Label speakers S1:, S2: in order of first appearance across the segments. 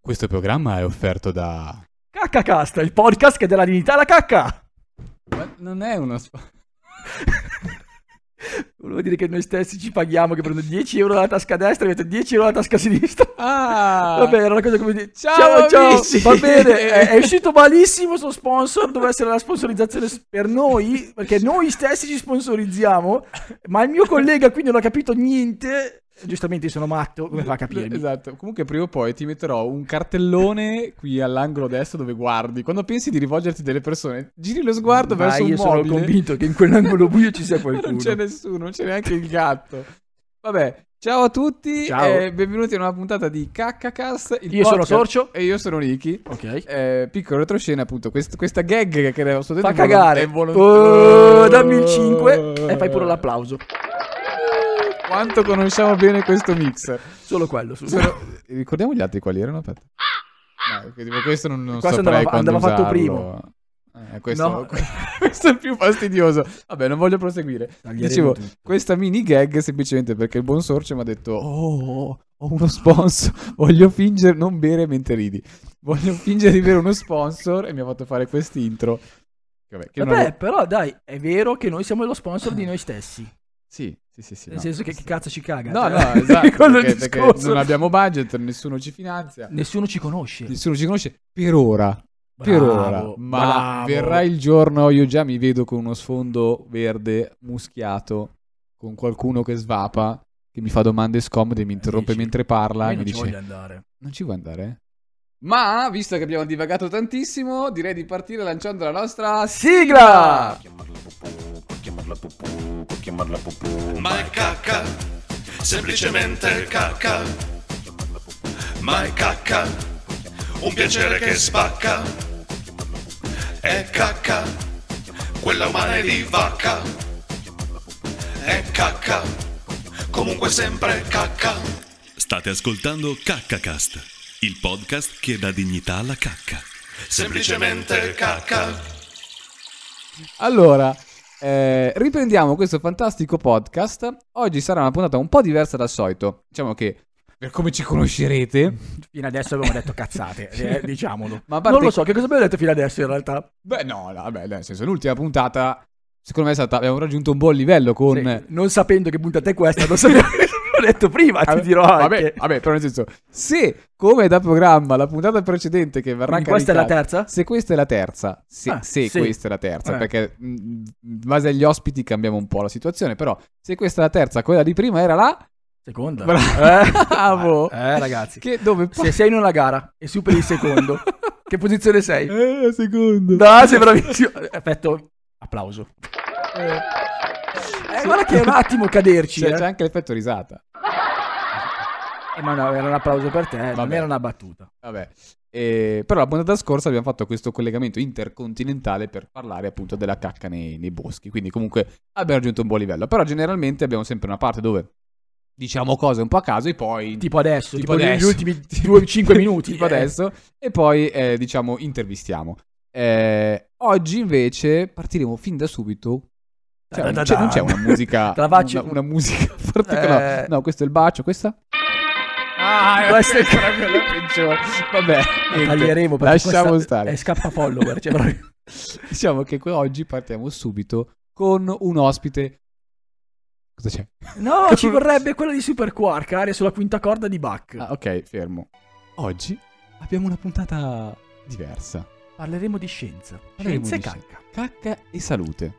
S1: Questo programma è offerto da...
S2: Caccacast, il podcast che dà la dignità alla cacca.
S1: Ma non è uno... sp-
S2: Volevo dire che noi stessi ci paghiamo, che prendo 10 euro dalla tasca destra e metto 10 euro dalla tasca sinistra.
S1: Ah!
S2: Vabbè, era una cosa come dire.
S1: Ciao,
S2: Ciao, ciao,
S1: amici!"
S2: va bene. È, è uscito malissimo sto sponsor. Doveva essere la sponsorizzazione s- per noi, perché noi stessi ci sponsorizziamo. Ma il mio collega qui non ha capito niente. Giustamente sono matto, come fa a capirmi?
S1: Esatto, comunque prima o poi ti metterò un cartellone qui all'angolo destro dove guardi. Quando pensi di rivolgerti a delle persone, giri lo sguardo
S2: Ma
S1: verso
S2: io
S1: un
S2: sono
S1: mobile.
S2: convinto che in quell'angolo buio ci sia qualcuno.
S1: non c'è nessuno, non c'è neanche il gatto. Vabbè, ciao a tutti
S2: Ciao.
S1: e benvenuti a una puntata di Caccacast. il
S2: Io sono
S1: podcast.
S2: Sorcio.
S1: E io sono Ricky.
S2: Ok.
S1: Eh, piccola retroscena, appunto, quest- questa gag che avevo detto
S2: Fa
S1: è vol-
S2: cagare.
S1: è Oh. volont-
S2: Oh, dammi il 5 e fai pure l'applauso.
S1: Quanto conosciamo bene questo mix.
S2: Solo quello. Su.
S1: Sono- Ricordiamo gli altri quali erano? Aspetta. No, che tipo, questo non, non
S2: Questo
S1: saprei
S2: andava-
S1: quando
S2: andava fatto
S1: usarlo. Eh, questo,
S2: No.
S1: questo è più fastidioso. Vabbè, non voglio proseguire.
S2: Taglieremo
S1: Dicevo,
S2: tutto.
S1: questa mini gag semplicemente perché il buon sorcio mi ha detto oh ho uno sponsor voglio fingere non bere mentre ridi voglio fingere di avere uno sponsor e mi ha fatto fare quest'intro vabbè, che non
S2: Vabbè,
S1: avevo-
S2: però dai, è vero che noi siamo lo sponsor di noi stessi.
S1: sì sì sì, sì
S2: Nel
S1: no.
S2: senso che chi cazzo ci caga?
S1: no
S2: Cioè,
S1: no esatto
S2: quello è
S1: perché,
S2: il
S1: perché
S2: discorso.
S1: non abbiamo budget nessuno ci finanzia
S2: Nessuno ci conosce.
S1: nessuno ci conosce per ora per
S2: Bravo,
S1: ora ma
S2: bravo.
S1: verrà il giorno io già mi vedo con uno sfondo verde muschiato con qualcuno che svapa che mi fa domande scomode mi interrompe
S2: Eh, Dici,
S1: mentre parla e
S2: Io
S1: mi
S2: non ci
S1: dice
S2: voglio andare.
S1: non ci vuoi andare? Ma visto che abbiamo divagato tantissimo, direi di partire lanciando la nostra sigla.
S3: chiamarla pupù, puoi chiamarla pupù, puoi chiamarla pupù,
S4: Ma è cacca, semplicemente cacca. Ma è cacca, un piacere che spacca. È cacca, quella umana è di vacca. È cacca, comunque sempre cacca.
S5: State ascoltando Caccacast, il podcast che dà dignità alla cacca.
S4: Semplicemente cacca.
S1: Allora, eh, riprendiamo questo fantastico podcast. Oggi sarà una puntata un po' diversa dal solito. Diciamo che per come ci conoscerete,
S2: Fino adesso abbiamo detto cazzate, eh, diciamolo.
S1: Ma a parte-
S2: Non lo so, che cosa abbiamo detto fino adesso in realtà?
S1: beh no, no, beh, nel senso l'ultima puntata secondo me è stata abbiamo raggiunto un buon livello con
S2: Sì, non sapendo che puntata è questa, non sapevo l'ho detto prima, ti dirò anche.
S1: Vabbè, vabbè, però nel senso, se come da programma la puntata precedente che verrà
S2: Quindi questa è la
S1: caricata-
S2: terza?
S1: Se questa è la terza, se,
S2: Ah,
S1: se
S2: sì.
S1: questa è la terza,
S2: Eh.
S1: perché mh, in base agli ospiti cambiamo un po' la situazione, però se questa è la terza, quella di prima era la...
S2: Seconda.
S1: Bravo!
S2: Eh, eh, ragazzi.
S1: Che dove... poi-
S2: Se sei in una gara e superi il secondo, che posizione sei?
S1: Eh, secondo.
S2: No, sei bravissimo. Effetto applauso. Eh, guarda che è un attimo caderci.
S1: C'è,
S2: eh.
S1: c'è anche l'effetto risata.
S2: Eh, ma no, era un applauso per te, eh, non
S1: Vabbè.
S2: era una battuta.
S1: Vabbè. Eh, però la puntata scorsa abbiamo fatto questo collegamento intercontinentale per parlare appunto della cacca nei, nei boschi. Quindi comunque abbiamo raggiunto un buon livello. Però generalmente abbiamo sempre una parte dove diciamo cose un po' a caso e poi...
S2: Tipo adesso,
S1: Tipo
S2: tipo, negli
S1: adesso.
S2: ultimi 2-5 minuti.
S1: tipo
S2: eh.
S1: adesso. E poi eh, diciamo intervistiamo. Eh, oggi invece partiremo fin da subito. Cioè, non, c'è, non c'è una musica...
S2: Te la faccio-
S1: Una, una musica particolare.
S2: Eh.
S1: No, questo è il bacio, questa... Ah,
S2: Questa è-
S1: ancora quella peggiore. Vabbè,
S2: La
S1: niente,
S2: taglieremo perché
S1: lasciamo
S2: questa
S1: stare.
S2: È scappa follower, cioè proprio-
S1: Diciamo che que- oggi partiamo subito con un ospite. Cosa c'è?
S2: No, ci vorrebbe quella di Super Quark, aria sulla quinta corda di Bach.
S1: Ah, ok, fermo. Oggi abbiamo una puntata diversa.
S2: Parleremo di scienza.
S1: Parleremo
S2: scienza e
S1: di
S2: cacca.
S1: Cacca e salute.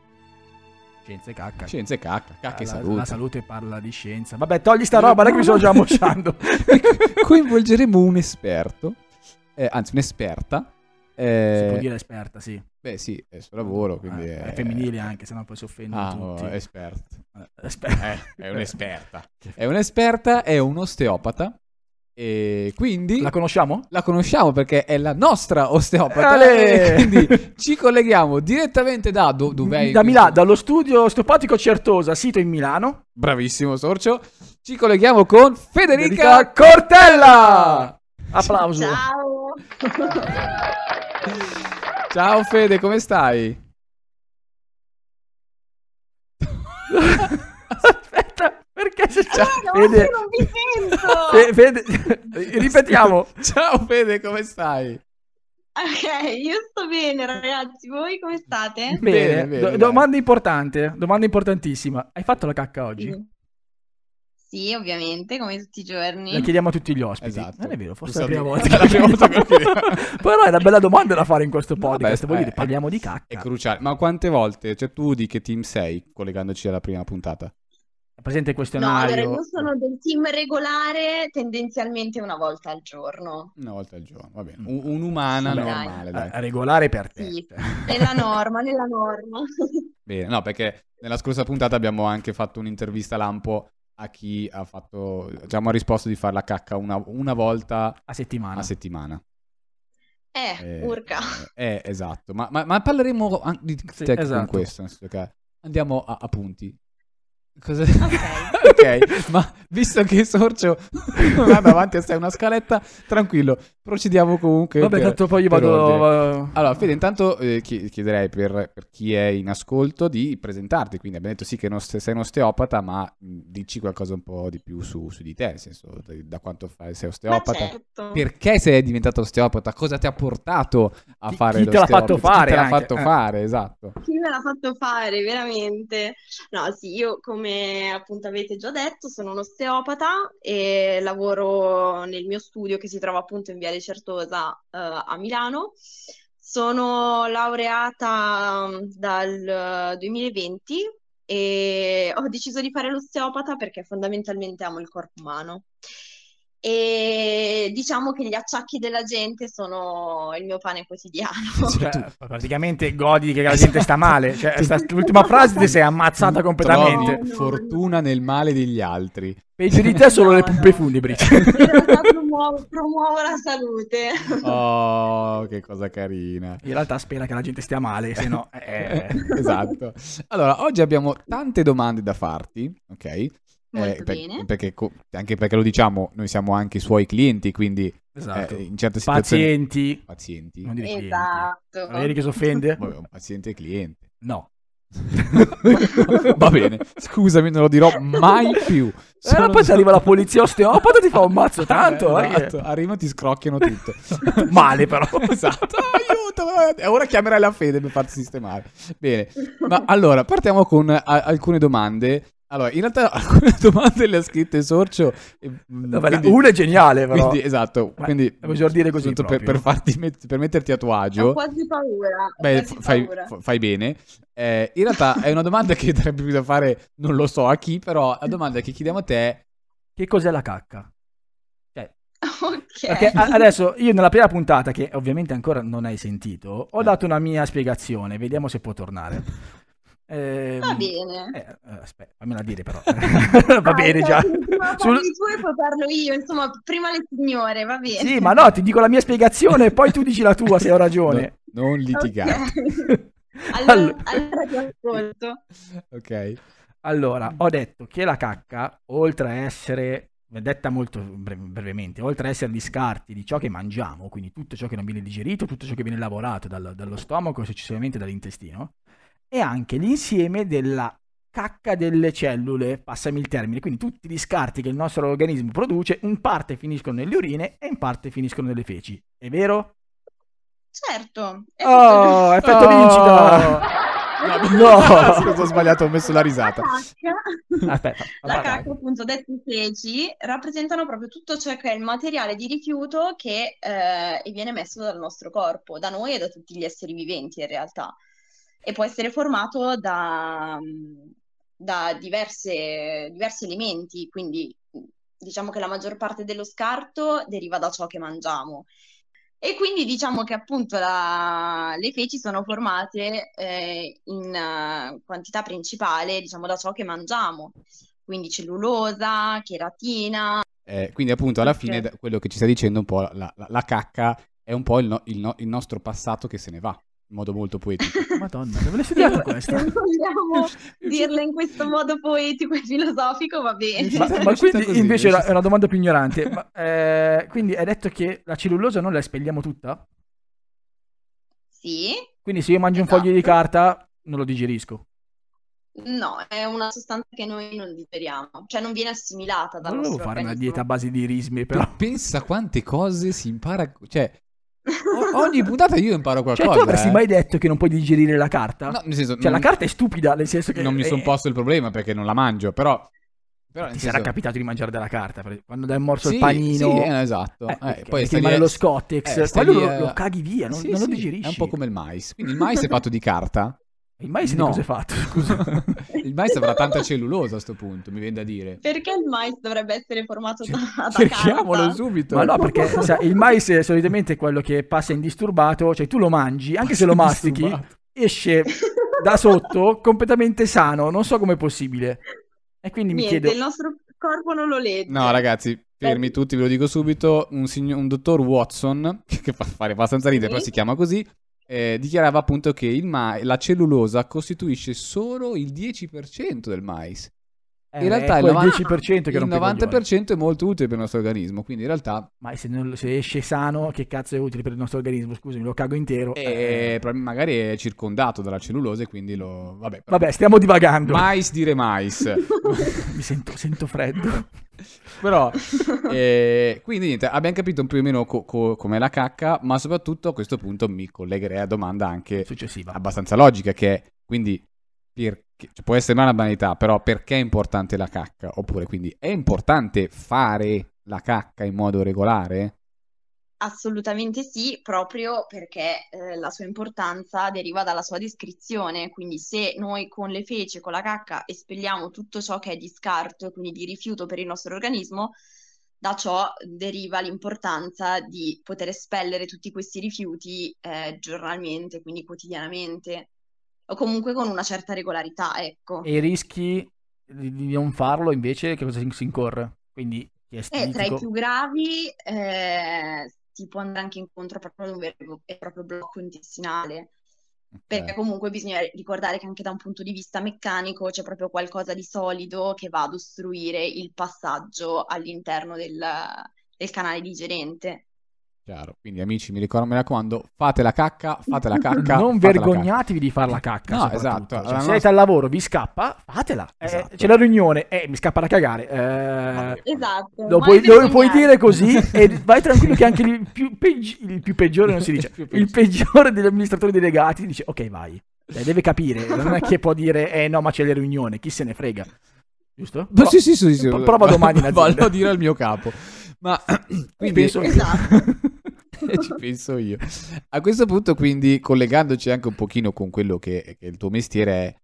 S2: Scienza e cacca. Ah,
S1: Scienza e cacca, cacca e
S2: la,
S1: salute.
S2: la salute parla di scienza. Vabbè, togli sta roba, dai che mi sono già mocciando.
S1: Coinvolgeremo un esperto, eh, anzi un'esperta. eh,
S2: si può dire esperta, sì.
S1: Beh sì, è il suo lavoro, quindi
S2: Eh,
S1: è...
S2: è femminile anche, se no poi si offendono
S1: Ah,
S2: tutti.
S1: oh, esperta.
S2: Esperta.
S1: Eh, è un'esperta. è un'esperta, è un osteopata. E quindi...
S2: La conosciamo?
S1: la conosciamo perché è la nostra osteopata. E
S2: Ale!
S1: quindi ci colleghiamo direttamente da do- dov'è?
S2: da
S1: questo-
S2: Milano, dallo studio stopatico Certosa, sito in Milano.
S1: Bravissimo Sorcio. Ci colleghiamo con Federica,
S2: Federica Cortella! Applauso.
S6: Ciao!
S1: Ciao Fede, come stai?
S2: Aspetta, perché perché c'è
S6: Raga,
S2: Fede,
S6: ma Ah, io non vi sento!
S2: Fe- Fede- Eh, ripetiamo.
S1: Ciao Fede, come stai?
S6: ok, io sto bene ragazzi, voi come state?
S2: Bene,
S1: Bene, bene,
S2: do-
S1: dai.
S2: domanda importante, domanda importantissima. Hai fatto la cacca oggi?
S6: Sì, ovviamente, come tutti i giorni.
S2: La chiediamo a tutti gli ospiti.
S1: Esatto.
S2: Non è vero, forse è
S1: Lo
S2: la
S1: sapevo. È
S2: prima volta.
S1: la prima volta che lo chiediamo.
S2: Però è una bella domanda da fare in questo
S1: No,
S2: podcast.
S1: beh,
S2: Vuol
S1: eh,
S2: dire, parliamo di cacca.
S1: È cruciale. Ma quante volte? Cioè, tu di che team sei collegandoci alla prima puntata?
S2: È presente il
S6: No, allora
S2: questionario.
S6: io sono del team regolare tendenzialmente una volta al giorno.
S1: Una volta al giorno, va bene. Un- un'umana
S2: Sì, dai.
S1: normale, dai.
S2: Eh, regolare per te. cioè,
S6: Sì. Nella norma, nella norma.
S1: Bene, no, perché nella scorsa puntata abbiamo anche fatto un'intervista lampo a chi ha fatto, diciamo, ha risposto di fare la cacca una, una volta
S2: A settimana.
S1: a settimana.
S6: Eh,
S1: Eh,
S6: urca.
S1: Eh, esatto. Ma, ma- ma parleremo an- di
S2: Sì,
S1: tech
S2: esatto.
S1: con questo. nel senso che Andiamo a, a punti. Cosa-
S6: Ok.
S1: ok, ma visto che Sorcio non ha davanti a sé una scaletta, tranquillo, procediamo comunque.
S2: Vabbè,
S1: per-
S2: tanto poi io
S1: per Ah, ordine.
S2: vado...
S1: Allora, Fede, intanto eh, chi- chiederei per, per chi è in ascolto di presentarti. Quindi abbiamo detto sì che non ste- sei un osteopata, ma mh, dici qualcosa un po' di più su, su di te, nel senso da, da quanto fai- sei
S6: Ma
S1: osteopata.
S6: certo.
S1: Perché sei diventato osteopata? Cosa ti ha portato a
S2: Chi-
S1: fare
S2: chi te l'ha
S1: l'osteopata?
S2: fatto
S1: Chi
S2: fare
S1: te l'ha
S2: anche,
S1: fatto
S2: eh.
S1: fare, esatto.
S6: Chi me l'ha fatto fare, veramente? No, sì, io come appunto avete già detto sono un osteopata e lavoro nel mio studio che si trova appunto in Viale Certosa, eh, a Milano. Sono laureata mm, dal eh, 2020 e ho deciso di fare l'osteopata perché fondamentalmente amo il corpo umano. E diciamo che gli acciacchi della gente sono il mio pane quotidiano.
S1: Cioè,
S2: Cioè,
S1: tu-
S2: praticamente godi che la gente
S1: Esatto.
S2: sta male. Cioè,
S1: Tu-
S2: sta- l'ultima frase ti sei ammazzata
S1: tu
S2: completamente.
S1: trovi fortuna nel male degli altri.
S2: Peggio di te sono
S6: No,
S2: le
S6: no.
S2: pompe funebri.
S6: In realtà promuovo, promuovo la salute.
S1: Oh, che cosa carina.
S2: In realtà spera che la gente stia male, se no... eh.
S1: esatto. Allora, oggi abbiamo tante domande da farti, ok? Eh,
S6: Molto
S1: per-
S6: bene.
S1: perché co- anche perché lo diciamo, noi siamo anche i suoi clienti, quindi eh,
S2: Esatto.
S1: in certe situazioni...
S2: Pazienti.
S1: Pazienti.
S2: Non dire clienti.
S6: Esatto.
S2: Vedi che si offende?
S1: Vabbè, un paziente è cliente.
S2: No.
S1: Va bene, scusami, non lo dirò mai più.
S2: Eh, ma poi se arriva la polizia osteopata ti fa un mazzo tanto. eh, che-
S1: Esatto, arrivano e ti scrocchiano tutto.
S2: Male però.
S1: esatto, aiuto. eh, Ora chiamerai la fede per farti sistemare. Bene, ma allora partiamo con eh, a- alcune domande. Allora, in realtà alcune domande le ha scritte Sorcio. e, mm,
S2: Vabbè, la-
S1: quindi-
S2: una è geniale però.
S1: quindi, esatto,
S2: Ma
S1: quindi
S2: bisogna dire così
S1: giusto per,
S2: proprio.
S1: per farti met- per metterti a tuo
S6: Ho
S1: agio.
S6: quasi paura. ho
S1: Beh,
S6: quasi
S1: f- fai,
S6: paura.
S1: f- fai bene. Eh, in realtà è una domanda che darebbe più da fare, non lo so a chi, però la domanda che chiediamo a te è
S2: Che cos'è la cacca?
S6: Ok.
S2: Perché a- adesso io nella prima puntata, che ovviamente ancora non hai sentito, ho dato una mia spiegazione, vediamo se può tornare. Ehm,
S6: Va bene.
S2: eh, eh, aspetta, fammela dire però. va
S6: Ah,
S2: bene
S6: ok,
S2: già.
S6: quindi Prima
S2: Sul-
S6: parli tu e poi parlo io, insomma, prima le signore, va bene.
S2: Sì, ma no, ti dico la mia spiegazione e poi tu dici la tua se ho ragione.
S1: no- non litigare.
S6: Ok. Allora, allora ti ascolto.
S1: Ok.
S2: Allora, ho detto che la cacca, oltre a essere, detta molto bre- brevemente, oltre a essere gli scarti di ciò che mangiamo, quindi tutto ciò che non viene digerito, tutto ciò che viene lavorato dal- dallo stomaco e successivamente dall'intestino, è anche l'insieme della cacca delle cellule, passami il termine, quindi tutti gli scarti che il nostro organismo produce, in parte finiscono nelle urine e in parte finiscono nelle feci. È vero?
S6: Certo. è tutto-
S2: Oh, effetto vincita!
S1: No, scusa, ho sbagliato, ho messo la
S6: La
S1: risata.
S6: cacca,
S2: Aspetta,
S6: la
S2: vai, vai.
S6: cacca, appunto, detti feci, rappresentano proprio tutto ciò che è il materiale di rifiuto che eh, viene messo dal nostro corpo, da noi e da tutti gli esseri viventi in realtà. E può essere formato da, mm, da diverse- diversi elementi, quindi diciamo che la maggior parte dello scarto deriva da ciò che mangiamo. E quindi diciamo che appunto la- le feci sono formate eh, in eh, quantità principale, diciamo, da ciò che mangiamo, quindi cellulosa, cheratina.
S1: Eh, quindi appunto alla fine
S6: Ok.
S1: da- quello che ci sta dicendo un po' la, la- la cacca è un po' il, no- il no- il nostro passato che se ne va, in modo molto poetico.
S2: Madonna, dove l'hai studiata questa?
S6: Se vogliamo dirla in questo modo poetico e filosofico, va bene.
S2: Ma,
S1: Sì,
S2: ma
S1: è uscita
S2: quindi
S1: così,
S2: invece
S1: è
S2: era-
S1: uscita-
S2: è una domanda più ignorante. Ma, eh, quindi hai detto che la cellulosa non la espelliamo tutta?
S6: Sì,
S2: Quindi se io mangio un foglio di
S6: Esatto.
S2: carta non lo digerisco.
S6: No, è una sostanza che noi non digeriamo, cioè non viene assimilata dal
S2: Volevo
S6: nostro
S2: fare una
S6: organismo.
S2: dieta a base di rismi, però.
S1: Però pensa quante cose si impara. Cioè, o- ogni puntata io imparo
S2: Cioè,
S1: qualcosa.
S2: tu avresti
S1: eh.
S2: mai detto che non puoi digerire la carta?
S1: No, nel senso,
S2: Cioè, la
S6: mm.
S1: non-
S2: carta è stupida, nel senso che...
S1: non mi sono
S2: eh,
S1: posto il problema perché non la mangio, però... però nel
S2: Ti sarà
S1: senso-
S2: capitato di mangiare della carta, per- quando dai un morso
S1: sì,
S2: il panino...
S1: Sì, eh, no, esatto.
S2: Eh,
S1: Eh,
S2: perché-
S1: poi
S2: perché
S1: stai
S2: rimane
S1: lì-
S2: lo Scottex,
S1: eh, stai
S2: quello
S1: lì,
S2: lo-
S1: eh,
S2: lo caghi via, non- non lo digerisci.
S1: È un po' come il mais. Quindi il mais è fatto di carta.
S2: Il mais
S1: No.
S2: di cosa è fatto? Scusa.
S1: il mais avrà tanta cellulosa a sto punto, mi viene da dire.
S6: Perché il mais dovrebbe essere formato da, da
S1: Cerchiamolo
S6: carta?
S1: subito.
S2: Ma no, perché sai, il mais è solitamente quello che passa indisturbato, cioè tu lo mangi, anche se lo mastichi,
S1: Disturbato.
S2: esce da sotto completamente sano, non so com'è possibile. E quindi mi
S6: Niente,
S2: chiedo...
S6: il nostro corpo non lo legge.
S1: No, ragazzi, fermi tutti, ve lo dico subito. Un, signo- un dottor Watson, che fa fare abbastanza ridere,
S6: Sì.
S1: però si chiama così, eh, dichiarava appunto che il ma- la cellulosa costituisce solo il 10% del mais.
S2: eh,
S1: In realtà
S2: è
S1: il
S2: quel
S1: 90
S2: 10% che
S1: il
S2: rompe i coglioni.
S1: 90% è molto utile per il nostro organismo, quindi in realtà
S2: Ma se, non- se esce sano, che cazzo è utile per il nostro organismo? Scusami, lo cago intero. eh.
S1: è- prob- Eh, magari è circondato dalla cellulosa e quindi lo... Vabbè, però-
S2: Vabbè, stiamo divagando.
S1: mais dire mais.
S2: Mi sento, sento freddo.
S1: Però, eh, quindi niente, abbiamo capito più o meno co- co- com'è la cacca, ma soprattutto a questo punto mi collegherei a domanda anche
S2: Successiva.
S1: abbastanza logica che è, quindi, perché, cioè, può essere una banalità, però perché è importante la cacca? Oppure, quindi, è importante fare la cacca in modo regolare?
S6: Assolutamente sì, proprio perché eh, la sua importanza deriva dalla sua descrizione, quindi se noi con le feci, con la cacca, espelliamo tutto ciò che è di scarto e quindi di rifiuto per il nostro organismo, da ciò deriva l'importanza di poter espellere tutti questi rifiuti eh, giornalmente, quindi quotidianamente, o comunque con una certa regolarità, ecco.
S2: E i rischi di, di non farlo, invece, che cosa si, si incorre? Quindi, chi è
S6: E Eh, tra i
S2: stitico-
S6: più gravi eh, si può andare anche incontro proprio ad un vero e proprio blocco intestinale. Perché
S1: Eh,
S6: comunque bisogna ricordare che anche da un punto di vista meccanico c'è proprio qualcosa di solido che va ad ostruire il passaggio all'interno del, del canale digerente.
S1: chiaro. Quindi, amici, mi ricordo, mi raccomando, fate la cacca, fate la cacca.
S2: non
S1: fate la cacca.
S2: vergognatevi di fare la cacca.
S1: No, esatto,
S2: soprattutto. Cioè,
S1: la
S2: se
S1: nostra-
S2: siete al lavoro, vi scappa, fatela. Eh,
S1: Esatto.
S2: c'è la riunione, eh, mi scappa da cagare. eh,
S6: Esatto,
S2: Lo
S6: mai
S2: puoi, lo puoi
S6: vergognarsi.
S2: dire così e vai tranquillo che anche il più, peggi- il più peggiore non si dice.
S1: Il più
S2: Il peggiore degli amministratori delegati dice ok vai. Cioè, deve capire, non è che può dire eh no ma c'è la riunione, chi se ne frega. Giusto?
S1: Ma sì, sì, sì, sì.
S2: Pro- Prova domani in azienda.
S1: Vallo a dire al mio capo. Ma quindi...
S2: Penso-
S6: Esatto.
S1: E ci penso io. A questo punto, quindi, collegandoci anche un pochino con quello che, che il tuo mestiere è,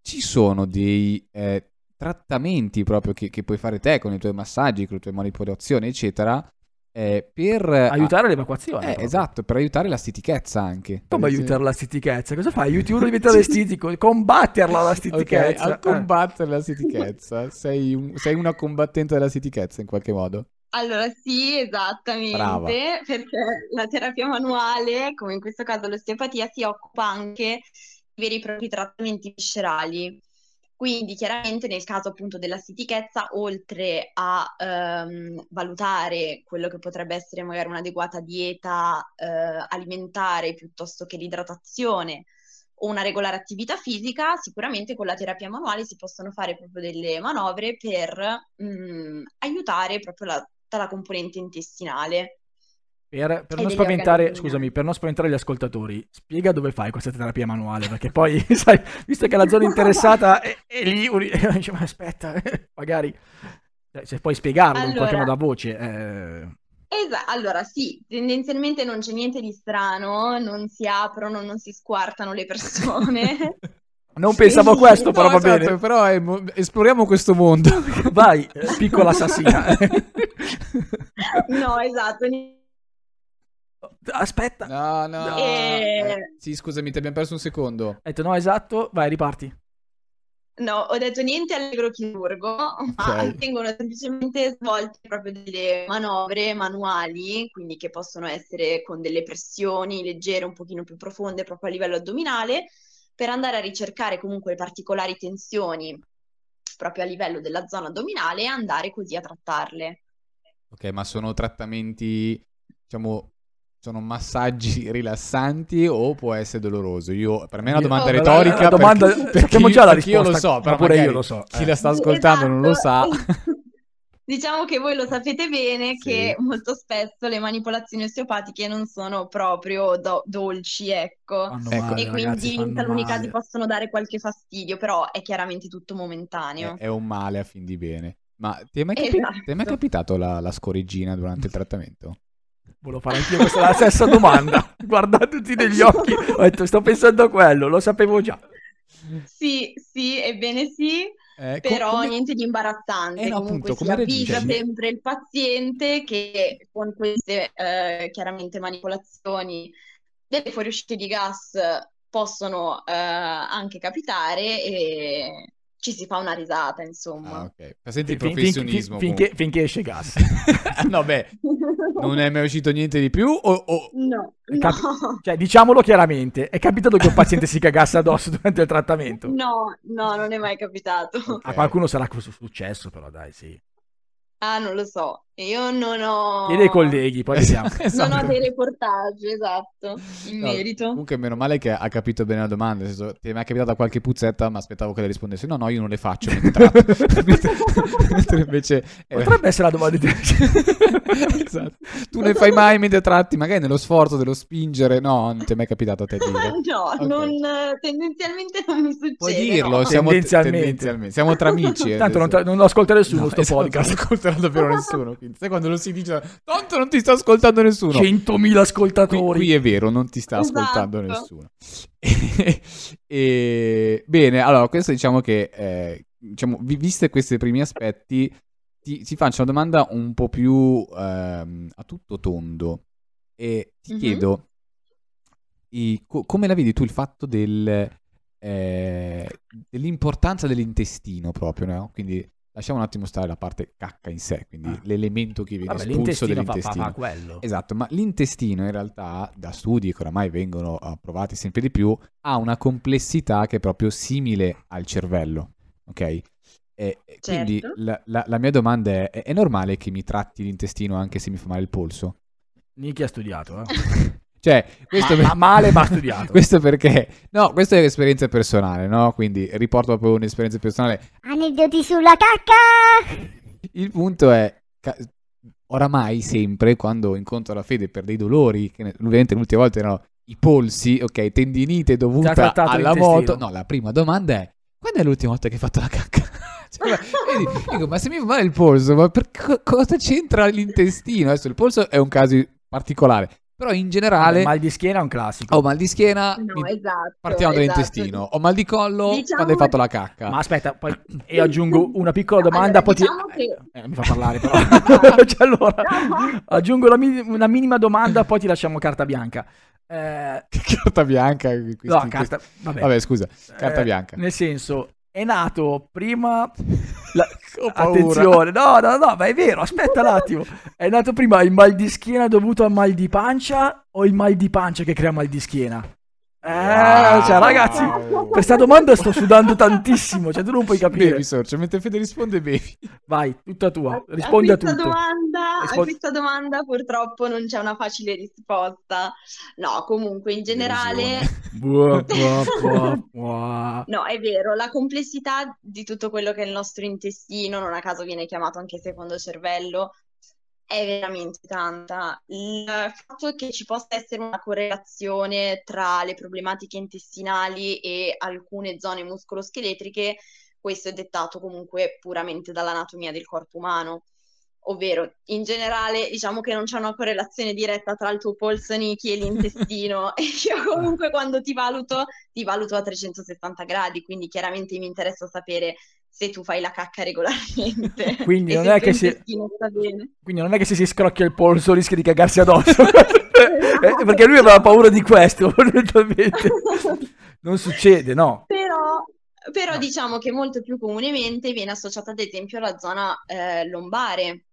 S1: ci sono dei eh, trattamenti proprio che, che puoi fare te con i tuoi massaggi, con le tue manipolazioni, eccetera, eh, per
S2: Aiutare
S1: Eh,
S2: l'evacuazione. proprio.
S1: esatto, per aiutare la stitichezza anche.
S2: Come aiutare la stitichezza? Cosa fai? Aiuti uno a diventare stitico, combatterla la
S1: Ok,
S2: stitichezza. Eh.
S1: a combattere la stitichezza. Sei, un- sei una combattente della stitichezza in qualche modo.
S6: Allora, sì, esattamente,
S1: Brava.
S6: perché la terapia manuale, come in questo caso l'osteopatia, si occupa anche di veri e propri trattamenti viscerali. Quindi, chiaramente, nel caso appunto della stitichezza, oltre a ehm, valutare quello che potrebbe essere magari un'adeguata dieta eh, alimentare piuttosto che l'idratazione o una regolare attività fisica, sicuramente con la terapia manuale si possono fare proprio delle manovre per mm, aiutare proprio la, tutta la componente intestinale.
S2: Per, per
S6: E
S2: non
S6: degli
S2: spaventare,
S6: organi
S2: scusami, per non spaventare gli ascoltatori, spiega dove fai questa terapia manuale, perché poi, sai, visto che la zona interessata è, è lì, uni- dice, ma aspetta, magari, eh, se puoi spiegarlo in qualche
S6: Allora.
S2: modo a voce, eh,
S6: Esa- allora sì, tendenzialmente non c'è niente di strano, non si aprono, non si squartano le persone.
S2: non pensavo a questo, però
S1: No,
S2: va
S1: esatto,
S2: bene,
S1: però è mo- esploriamo questo mondo.
S2: vai, eh, piccola assassina.
S6: No, esatto. ni-
S2: aspetta,
S1: No, no.
S6: Eh.
S1: Sì, scusami, ti abbiamo perso un secondo.
S2: hai detto no, esatto, vai, riparti.
S6: No, ho detto niente allegro chirurgo, ma
S1: Ok.
S6: vengono semplicemente svolte proprio delle manovre manuali, quindi che possono essere con delle pressioni leggere, un pochino più profonde proprio a livello addominale, per andare a ricercare comunque le particolari tensioni proprio a livello della zona addominale e andare così a trattarle.
S1: Ok, ma sono trattamenti, diciamo, sono massaggi rilassanti o può essere doloroso? Io, per me è una
S2: Io-
S1: domanda
S2: no, la- la- la
S1: retorica.
S2: domanda-
S1: perché, perché
S2: sappiamo
S1: io-
S2: già la
S1: perché io lo
S2: risposta,
S1: so,
S2: ma
S1: però
S2: pure
S1: magari
S2: io lo so,
S1: Chi
S2: eh.
S1: la sta ascoltando non lo sa.
S6: Esatto. Diciamo che voi lo sapete bene
S1: Sì.
S6: che molto spesso le manipolazioni osteopatiche non sono proprio do- dolci, ecco.
S2: Fanno
S1: Ecco.
S2: male,
S6: E
S2: ragazzi,
S6: quindi in
S2: fanno
S6: taluni
S2: male.
S6: casi possono dare qualche fastidio, però è chiaramente tutto momentaneo.
S1: è, è un male a fin di bene. Ma ti è mai, capi-
S6: Esatto.
S1: ti è mai capitato la, la scorreggina durante il trattamento?
S2: Volevo fare anch'io questa la stessa domanda. Guardandoti negli occhi, ho detto sto pensando a quello, lo sapevo già.
S6: Sì, sì, ebbene sì,
S1: Eh, co-
S6: però
S1: come-
S6: niente di imbarazzante.
S1: Eh no,
S6: Comunque
S1: appunto,
S6: si
S1: come
S6: avvisa
S1: reagisci?
S6: sempre il paziente che con queste eh, chiaramente manipolazioni delle fuoriuscite di gas possono eh, anche capitare e ci si fa una risata,
S1: Ah,
S6: insomma.
S1: ok. Senti il
S2: Fin- fin-
S1: professionismo.
S2: fin- finché, finché esce gas.
S1: comunque. no, beh, non è mai uscito niente di più o, o-
S6: No,
S2: Capi-
S6: no.
S2: Cioè, diciamolo chiaramente, è capitato che un paziente si cagasse addosso durante il trattamento.
S6: No, no, non è mai capitato.
S2: A
S1: Eh.
S2: qualcuno sarà questo successo, però dai, sì.
S6: Ah, non lo so. Io non ho...
S2: Chiedi ai colleghi, poi vediamo.
S6: Non
S1: Esatto.
S6: ho dei reportage, esatto, in
S1: No,
S6: merito.
S1: Comunque, meno male che ha capito bene la domanda. Nel senso, ti è mai capitata qualche puzzetta? Ma aspettavo che le rispondesse: No, no, io non le faccio. mentre tratto." mentre, mentre invece eh,
S2: Potrebbe essere la domanda di
S1: esatto. tu ne fai mai mentre tratti, magari nello sforzo dello spingere. No, non ti è mai capitato a te dire.
S6: No,
S1: Ok.
S6: non, tendenzialmente non mi succede.
S1: Puoi dirlo,
S6: no.
S1: siamo
S2: Tendenzialmente.
S1: tendenzialmente, siamo tra amici. eh,
S2: Tanto non,
S1: adesso.
S2: tra- non lo ascolta nessuno
S1: No,
S2: sto
S1: esatto,
S2: podcast.
S1: Non ascolterà davvero nessuno. Quindi, sai quando lo si dice, tanto non ti sta ascoltando nessuno.
S2: 100.000 ascoltatori.
S1: Qui, qui è vero, non ti sta
S6: Esatto.
S1: ascoltando nessuno. E- bene, allora, questo diciamo che, eh, diciamo, vi- viste questi primi aspetti, ti, ti faccio una domanda un po' più ehm, a tutto tondo. E ti
S6: Mhm.
S1: chiedo, i- co- come la vedi tu il fatto del, eh, dell'importanza dell'intestino proprio, no? Quindi lasciamo un attimo stare la parte cacca in sé, quindi
S2: Ah.
S1: l'elemento che viene
S2: Vabbè,
S1: espulso
S2: l'intestino fa, fa- fa
S1: dall'intestino.
S2: quello.
S1: Esatto, ma l'intestino in realtà, da studi che oramai vengono approvati sempre di più, ha una complessità che è proprio simile al cervello, ok? E- e Quindi
S6: Certo.
S1: la, la- la mia domanda è, è- è normale che mi tratti l'intestino anche se mi fa male il polso?
S2: Nicchi ha studiato, eh.
S1: Cioè, questo
S2: Ma- ma male, ma studiato.
S1: questo perché... No, questa è un'esperienza personale, no? Quindi riporto proprio un'esperienza personale.
S7: Aneddoti sulla cacca!
S1: Il punto è, ca- oramai sempre, quando incontro la Fede per dei dolori, che ne- ovviamente l'ultima volta erano i polsi, ok, tendinite dovuta
S2: trattato
S1: alla
S2: l'intestino.
S1: moto. No, la prima domanda è, quando è l'ultima volta che hai fatto la cacca? Cioè, ma- vedi, dico, ma se mi fa male il polso, ma per co- cosa c'entra l'intestino? Adesso il polso è un caso particolare, però in generale...
S2: Mal di schiena è un classico.
S1: Ho mal di schiena,
S6: No,
S1: mi-
S6: esatto,
S1: partiamo
S6: esatto.
S1: dall'intestino. Ho mal di collo
S6: Diciamo
S1: quando hai fatto
S6: che-
S1: la cacca.
S2: Ma aspetta, poi e aggiungo una piccola domanda.
S6: Allora,
S2: poi ti-
S6: diciamo che-
S2: Eh, mi fa parlare, però. Cioè, allora,
S6: Ah. No.
S2: aggiungo la mi- una minima domanda, poi ti lasciamo carta bianca. Eh,
S1: carta bianca. questi-
S2: no, carta. Vabbè,
S1: Vabbè, scusa, carta
S2: Eh,
S1: bianca.
S2: Nel senso, è nato prima. la-
S1: Ho paura.
S2: Attenzione, no, no, no, ma è vero, aspetta un attimo. È nato prima il mal di schiena dovuto al mal di pancia o il mal di pancia che crea mal di schiena? Eh, cioè, ragazzi, per questa domanda sto sudando tantissimo, cioè tu non puoi capire.
S1: Bevi, Sorcio, mentre Fede risponde, bevi.
S2: Vai, tutta tua,
S6: A-
S2: rispondi a,
S6: questa
S2: tutto.
S6: domanda- a
S2: Rispondi-
S6: questa domanda purtroppo non c'è una facile risposta. No, comunque in generale,
S2: Buah, buah, buah, buah.
S6: no, è vero, la complessità di tutto quello che è il nostro intestino, non a caso viene chiamato anche secondo cervello, è veramente tanta. Il fatto che ci possa essere una correlazione tra le problematiche intestinali e alcune zone muscoloscheletriche, questo è dettato comunque puramente dall'anatomia del corpo umano. Ovvero, in generale, diciamo che non c'è una correlazione diretta tra il tuo polso, Niki, e l'intestino. E io comunque quando ti valuto, ti valuto a 360 gradi, quindi chiaramente mi interessa sapere se tu fai la cacca regolarmente
S2: Quindi
S6: e
S2: non
S6: se
S2: è
S6: il tuo
S2: che se-
S6: intestino sta bene.
S2: Quindi non è che se si scrocchia il polso rischia di cagarsi addosso. Eh, Perché lui aveva paura di questo, fondamentalmente. Non succede, no.
S6: Però, però
S2: No.
S6: diciamo che molto più comunemente viene associata ad esempio alla zona eh, lombare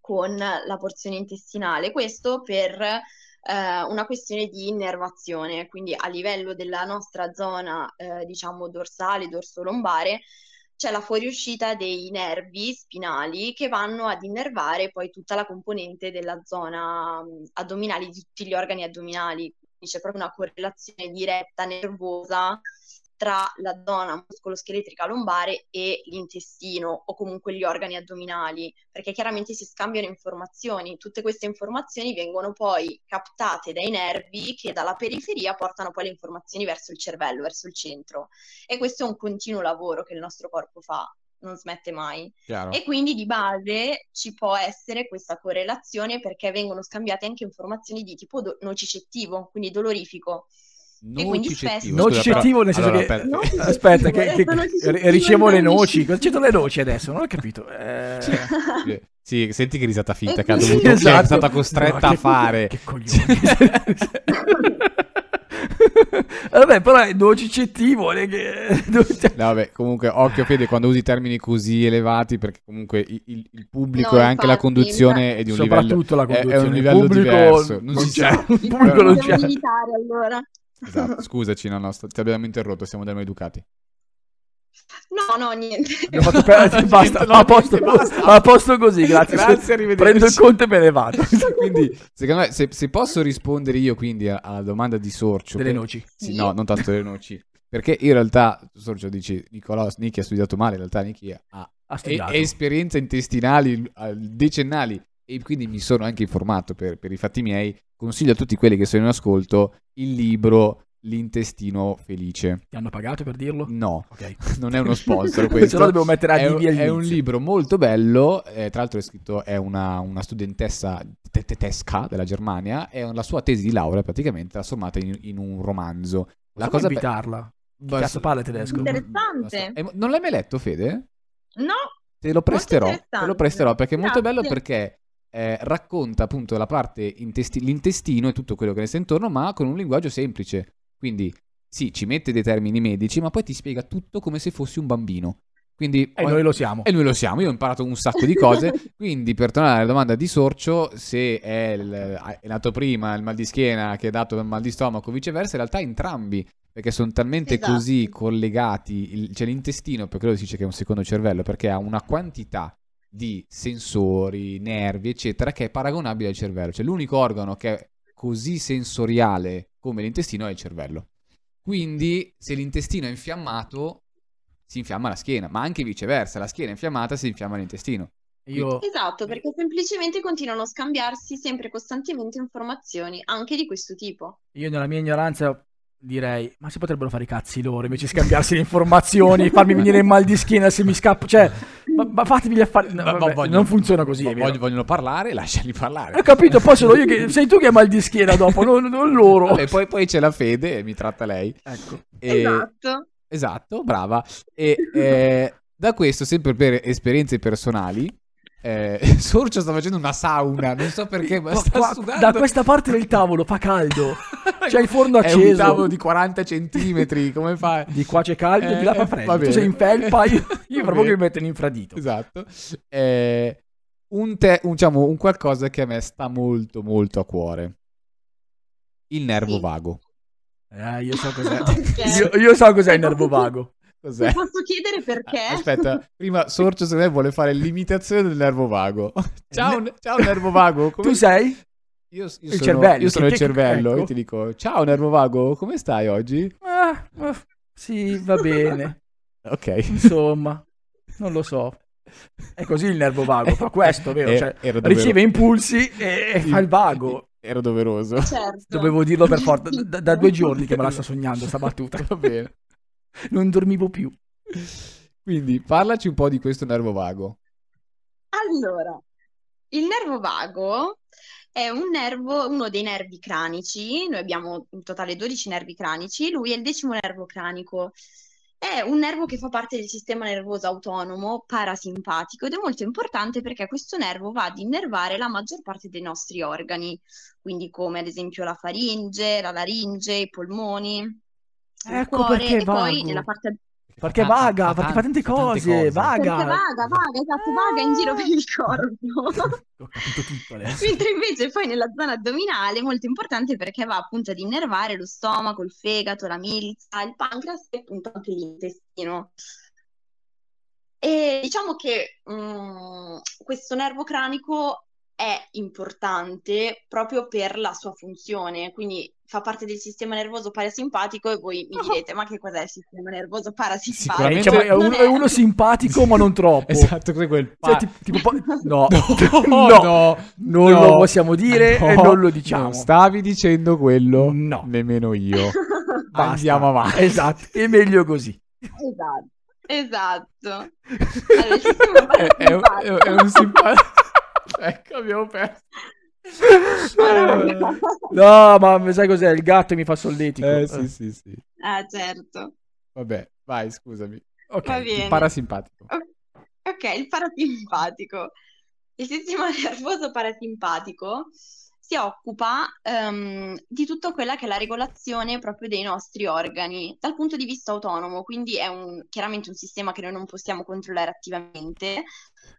S6: con la porzione intestinale, questo per eh, una questione di innervazione, quindi a livello della nostra zona eh, diciamo dorsale, dorso lombare, c'è la fuoriuscita dei nervi spinali che vanno ad innervare poi tutta la componente della zona mh, addominale, di tutti gli organi addominali. Quindi C'è proprio una correlazione diretta, nervosa, tra la zona muscoloscheletrica lombare e l'intestino o comunque gli organi addominali, perché chiaramente si scambiano informazioni. Tutte queste informazioni vengono poi captate dai nervi che dalla periferia portano poi le informazioni verso il cervello, verso il centro. E questo è un continuo lavoro che il nostro corpo fa, non smette mai.
S1: Chiaro.
S6: E quindi di base ci può essere questa correlazione perché vengono scambiate anche informazioni di tipo do- nocicettivo, quindi dolorifico. e quindi spesso...
S1: Scusa,
S2: Nocicettivo nel
S1: però-
S2: senso
S1: allora,
S2: che- eh,
S1: per-
S6: Nocicettivo,
S2: Aspetta, che,
S6: adesso
S2: che-
S6: nocicettivo
S2: ri- ricevo
S6: e
S2: le
S6: nocicettivo.
S2: noci. Cosa c'entrano le noci adesso? Non ho capito. Eh,
S1: Sì, sì, senti che risata finta
S6: E
S1: che ha
S6: quindi-
S1: dovuto, che è
S2: Esatto.
S1: stata costretta
S2: No,
S1: a
S2: che-
S1: fare.
S2: Che coglioni. Vabbè, però è nocicettivo. le che-
S1: No, vabbè, comunque, occhio Fede quando usi termini così elevati, perché comunque il, il- il pubblico
S6: No,
S1: e anche la
S6: infatti,
S1: conduzione è di un livello.
S2: Soprattutto
S1: è- è
S2: la
S1: un
S2: conduzione. Il
S1: livello
S2: pubblico
S1: diverso, non si
S2: c'è.
S1: sa.
S2: Il pubblico non c'è.
S6: Siamo militari allora.
S1: Esatto, scusaci, no, no, sto- ti abbiamo interrotto, siamo dai maleducati.
S6: No, no, niente.
S1: Eh,
S2: Abbiamo fatto perdere- basta,
S1: Niente,
S2: a
S1: no,
S2: posto,
S1: niente, basta.
S2: a posto così, grazie.
S1: Grazie, arrivederci.
S2: Prendo il conto e me ne vado.
S1: quindi, secondo me, se, se posso rispondere io quindi a- alla domanda di Sorcio,
S2: Delle
S1: per-
S2: noci.
S1: Sì, no, non tanto delle noci. Perché in realtà, Sorcio dice, Nicolò, Nicky ha studiato male, in realtà Nicky ha
S2: Ha
S1: e-
S2: studiato.
S1: esperienze intestinali eh, decennali e quindi mi sono anche informato per, per i fatti miei. Consiglio a tutti quelli che sono in ascolto il libro L'intestino felice.
S2: Ti hanno pagato per dirlo?
S1: No,
S2: Ok.
S1: non è uno sponsor questo.
S2: Se no dobbiamo mettere
S1: è, è
S2: ADV
S1: un
S2: all'inizio.
S1: libro molto bello, eh, tra l'altro è scritto, è una, una studentessa te- tedesca della Germania, è la sua tesi di laurea praticamente trasformata in, in un romanzo. La
S2: Possiamo
S1: cosa be-
S2: invitarla.
S1: Bas-
S2: Cazzo parla tedesco.
S6: Interessante.
S1: Eh, non l'hai mai letto Fede?
S6: No,
S1: Te lo presterò,
S6: interessante.
S1: te lo presterò perché è molto bello
S6: Grazie.
S1: perché eh, racconta appunto la parte intesti- l'intestino e tutto quello che ne sta intorno, ma con un linguaggio semplice. Quindi sì, ci mette dei termini medici, ma poi ti spiega tutto come se fossi un bambino. Quindi
S2: E noi lo siamo.
S1: e noi lo siamo, io ho imparato un sacco di cose, quindi per tornare alla domanda di Sorcio, se è, il- è nato prima il mal di schiena che è dato dal mal di stomaco o viceversa, in realtà entrambi, perché sono talmente
S6: Esatto.
S1: così collegati, il- cioè l'intestino, per quello si dice che è un secondo cervello, perché ha una quantità di sensori, nervi, eccetera, che è paragonabile al cervello, cioè l'unico organo che è così sensoriale come l'intestino è il cervello. Quindi se l'intestino è infiammato si infiamma la schiena, ma anche viceversa, la schiena infiammata si infiamma l'intestino.
S2: Io...
S6: esatto, perché semplicemente continuano a scambiarsi sempre costantemente informazioni, anche di questo tipo.
S2: Io nella mia ignoranza direi, ma si potrebbero fare i cazzi loro invece di scambiarsi le informazioni, farmi venire il mal di schiena se mi scappo, cioè, ma, ma fatemi gli affari... no,
S1: Ma- ma
S2: vabbè,
S1: vogliono-
S2: non funziona così,
S1: vo-
S2: è vero.
S1: voglio- vogliono parlare, lasciali parlare.
S2: Ho capito, poi sono io che... Sei tu che hai mal di schiena dopo, non, non loro.
S1: Vabbè, poi, poi c'è la fede e mi tratta lei.
S2: Ecco.
S1: E-
S6: Esatto.
S1: esatto, brava. E eh, da questo, sempre per esperienze personali, eh, Sorcio sta facendo una sauna, non so perché, ma
S2: Qua-
S1: sta
S2: qua-
S1: sudando.
S2: da questa parte del tavolo fa caldo, c'è il forno
S1: È un
S2: acceso.
S1: tavolo di 40 centimetri, come fa?
S2: Di qua c'è caldo, di là fa
S1: Eh, va
S2: freddo. Tu
S1: bene.
S2: sei in felpa, io, io
S1: Va
S2: provo che
S1: bene.
S2: mi metto in infradito.
S1: Esatto. Eh, un, te- un- diciamo, un qualcosa che a me sta molto, molto a cuore. Il nervo
S6: Sì.
S1: vago.
S2: Eh, io so cos'è.
S6: Ok.
S2: Io, io so cos'è il nervo vago.
S1: Cos'è?
S6: Posso chiedere perché?
S1: Ah, Aspetta, prima Sorcio secondo me vuole fare l'imitazione del nervo vago. Ciao,
S2: Ne-
S1: ciao nervo vago. Come...
S2: Tu sei?
S1: Io, io sono,
S2: il cervello,
S1: Io sono
S2: che-
S1: il
S2: che-
S1: cervello.
S2: ecco.
S1: Io ti dico, ciao nervo vago, come stai oggi?
S2: Ah,
S1: oh,
S2: ah, sì, va bene.
S1: Ok.
S2: Insomma, non lo so. È così il nervo vago, fa questo, vero?
S1: Eh,
S2: Cioè,
S1: era dovero-
S2: riceve impulsi e, e fa il vago.
S1: Era doveroso.
S6: Certo.
S2: Dovevo dirlo per forza. Da, da- da due giorni che me la sto sognando sta battuta.
S1: Va bene.
S2: Non dormivo più.
S1: Quindi parlaci un po' di questo nervo vago.
S2: Oh.
S6: Allora, il nervo vago è un nervo, uno dei nervi cranici, noi abbiamo in totale 12 nervi cranici, lui è il decimo nervo cranico. È un nervo che fa parte del sistema nervoso autonomo parasimpatico ed è molto importante perché questo nervo va ad innervare la maggior parte dei nostri organi, quindi come ad esempio la faringe, la laringe, i polmoni, il
S2: Ecco
S6: cuore
S2: perché
S6: e poi
S2: vago.
S6: nella parte Ah,
S2: Perché
S1: Fa-
S2: vaga, perché fa
S1: tanti-
S2: tante cose, vaga.
S6: perché vaga, vaga, esatto, vaga in giro per il corpo.
S2: Ho capito tutto adesso.
S6: Mentre invece poi nella zona addominale è molto importante perché va appunto ad innervare lo stomaco, il fegato, la milza, il pancreas e appunto anche l'intestino. E diciamo che mm, questo nervo cranico è importante proprio per la sua funzione, quindi fa parte del sistema nervoso parasimpatico e voi mi direte, ma che cos'è il sistema nervoso
S2: Eh,
S1: Sicuramente-
S6: parasimpatico?
S2: Oh. diciamo, è,
S6: Non
S2: uno, è uno simpatico, ma non troppo.
S1: Esatto, cos'è quel pa-
S2: Cioè, ti- tipo, po- no,
S1: no,
S2: no,
S1: no,
S2: non
S1: no,
S2: lo possiamo dire e
S1: no,
S2: non lo diciamo.
S1: non stavi dicendo quello?
S2: No.
S1: Nemmeno io.
S2: Basta.
S1: Andiamo avanti.
S2: Esatto, è meglio così.
S6: Esatto, esatto. Allora, il sistema
S1: è, è un- è un- è un simpatico. ecco, abbiamo perso.
S2: Eh.
S6: parasimpatico...
S2: No, ma sai cos'è? Il gatto mi fa solletico.
S1: Eh, sì, sì, sì.
S6: Ah, certo.
S1: Vabbè, vai, scusami.
S2: Ok.
S6: Va bene.
S1: Il parasimpatico.
S6: Ok, il parasimpatico. Il sistema nervoso parasimpatico si occupa ehm, di tutta quella che è la regolazione proprio dei nostri organi dal punto di vista autonomo, quindi è un- chiaramente un sistema che noi non possiamo controllare attivamente,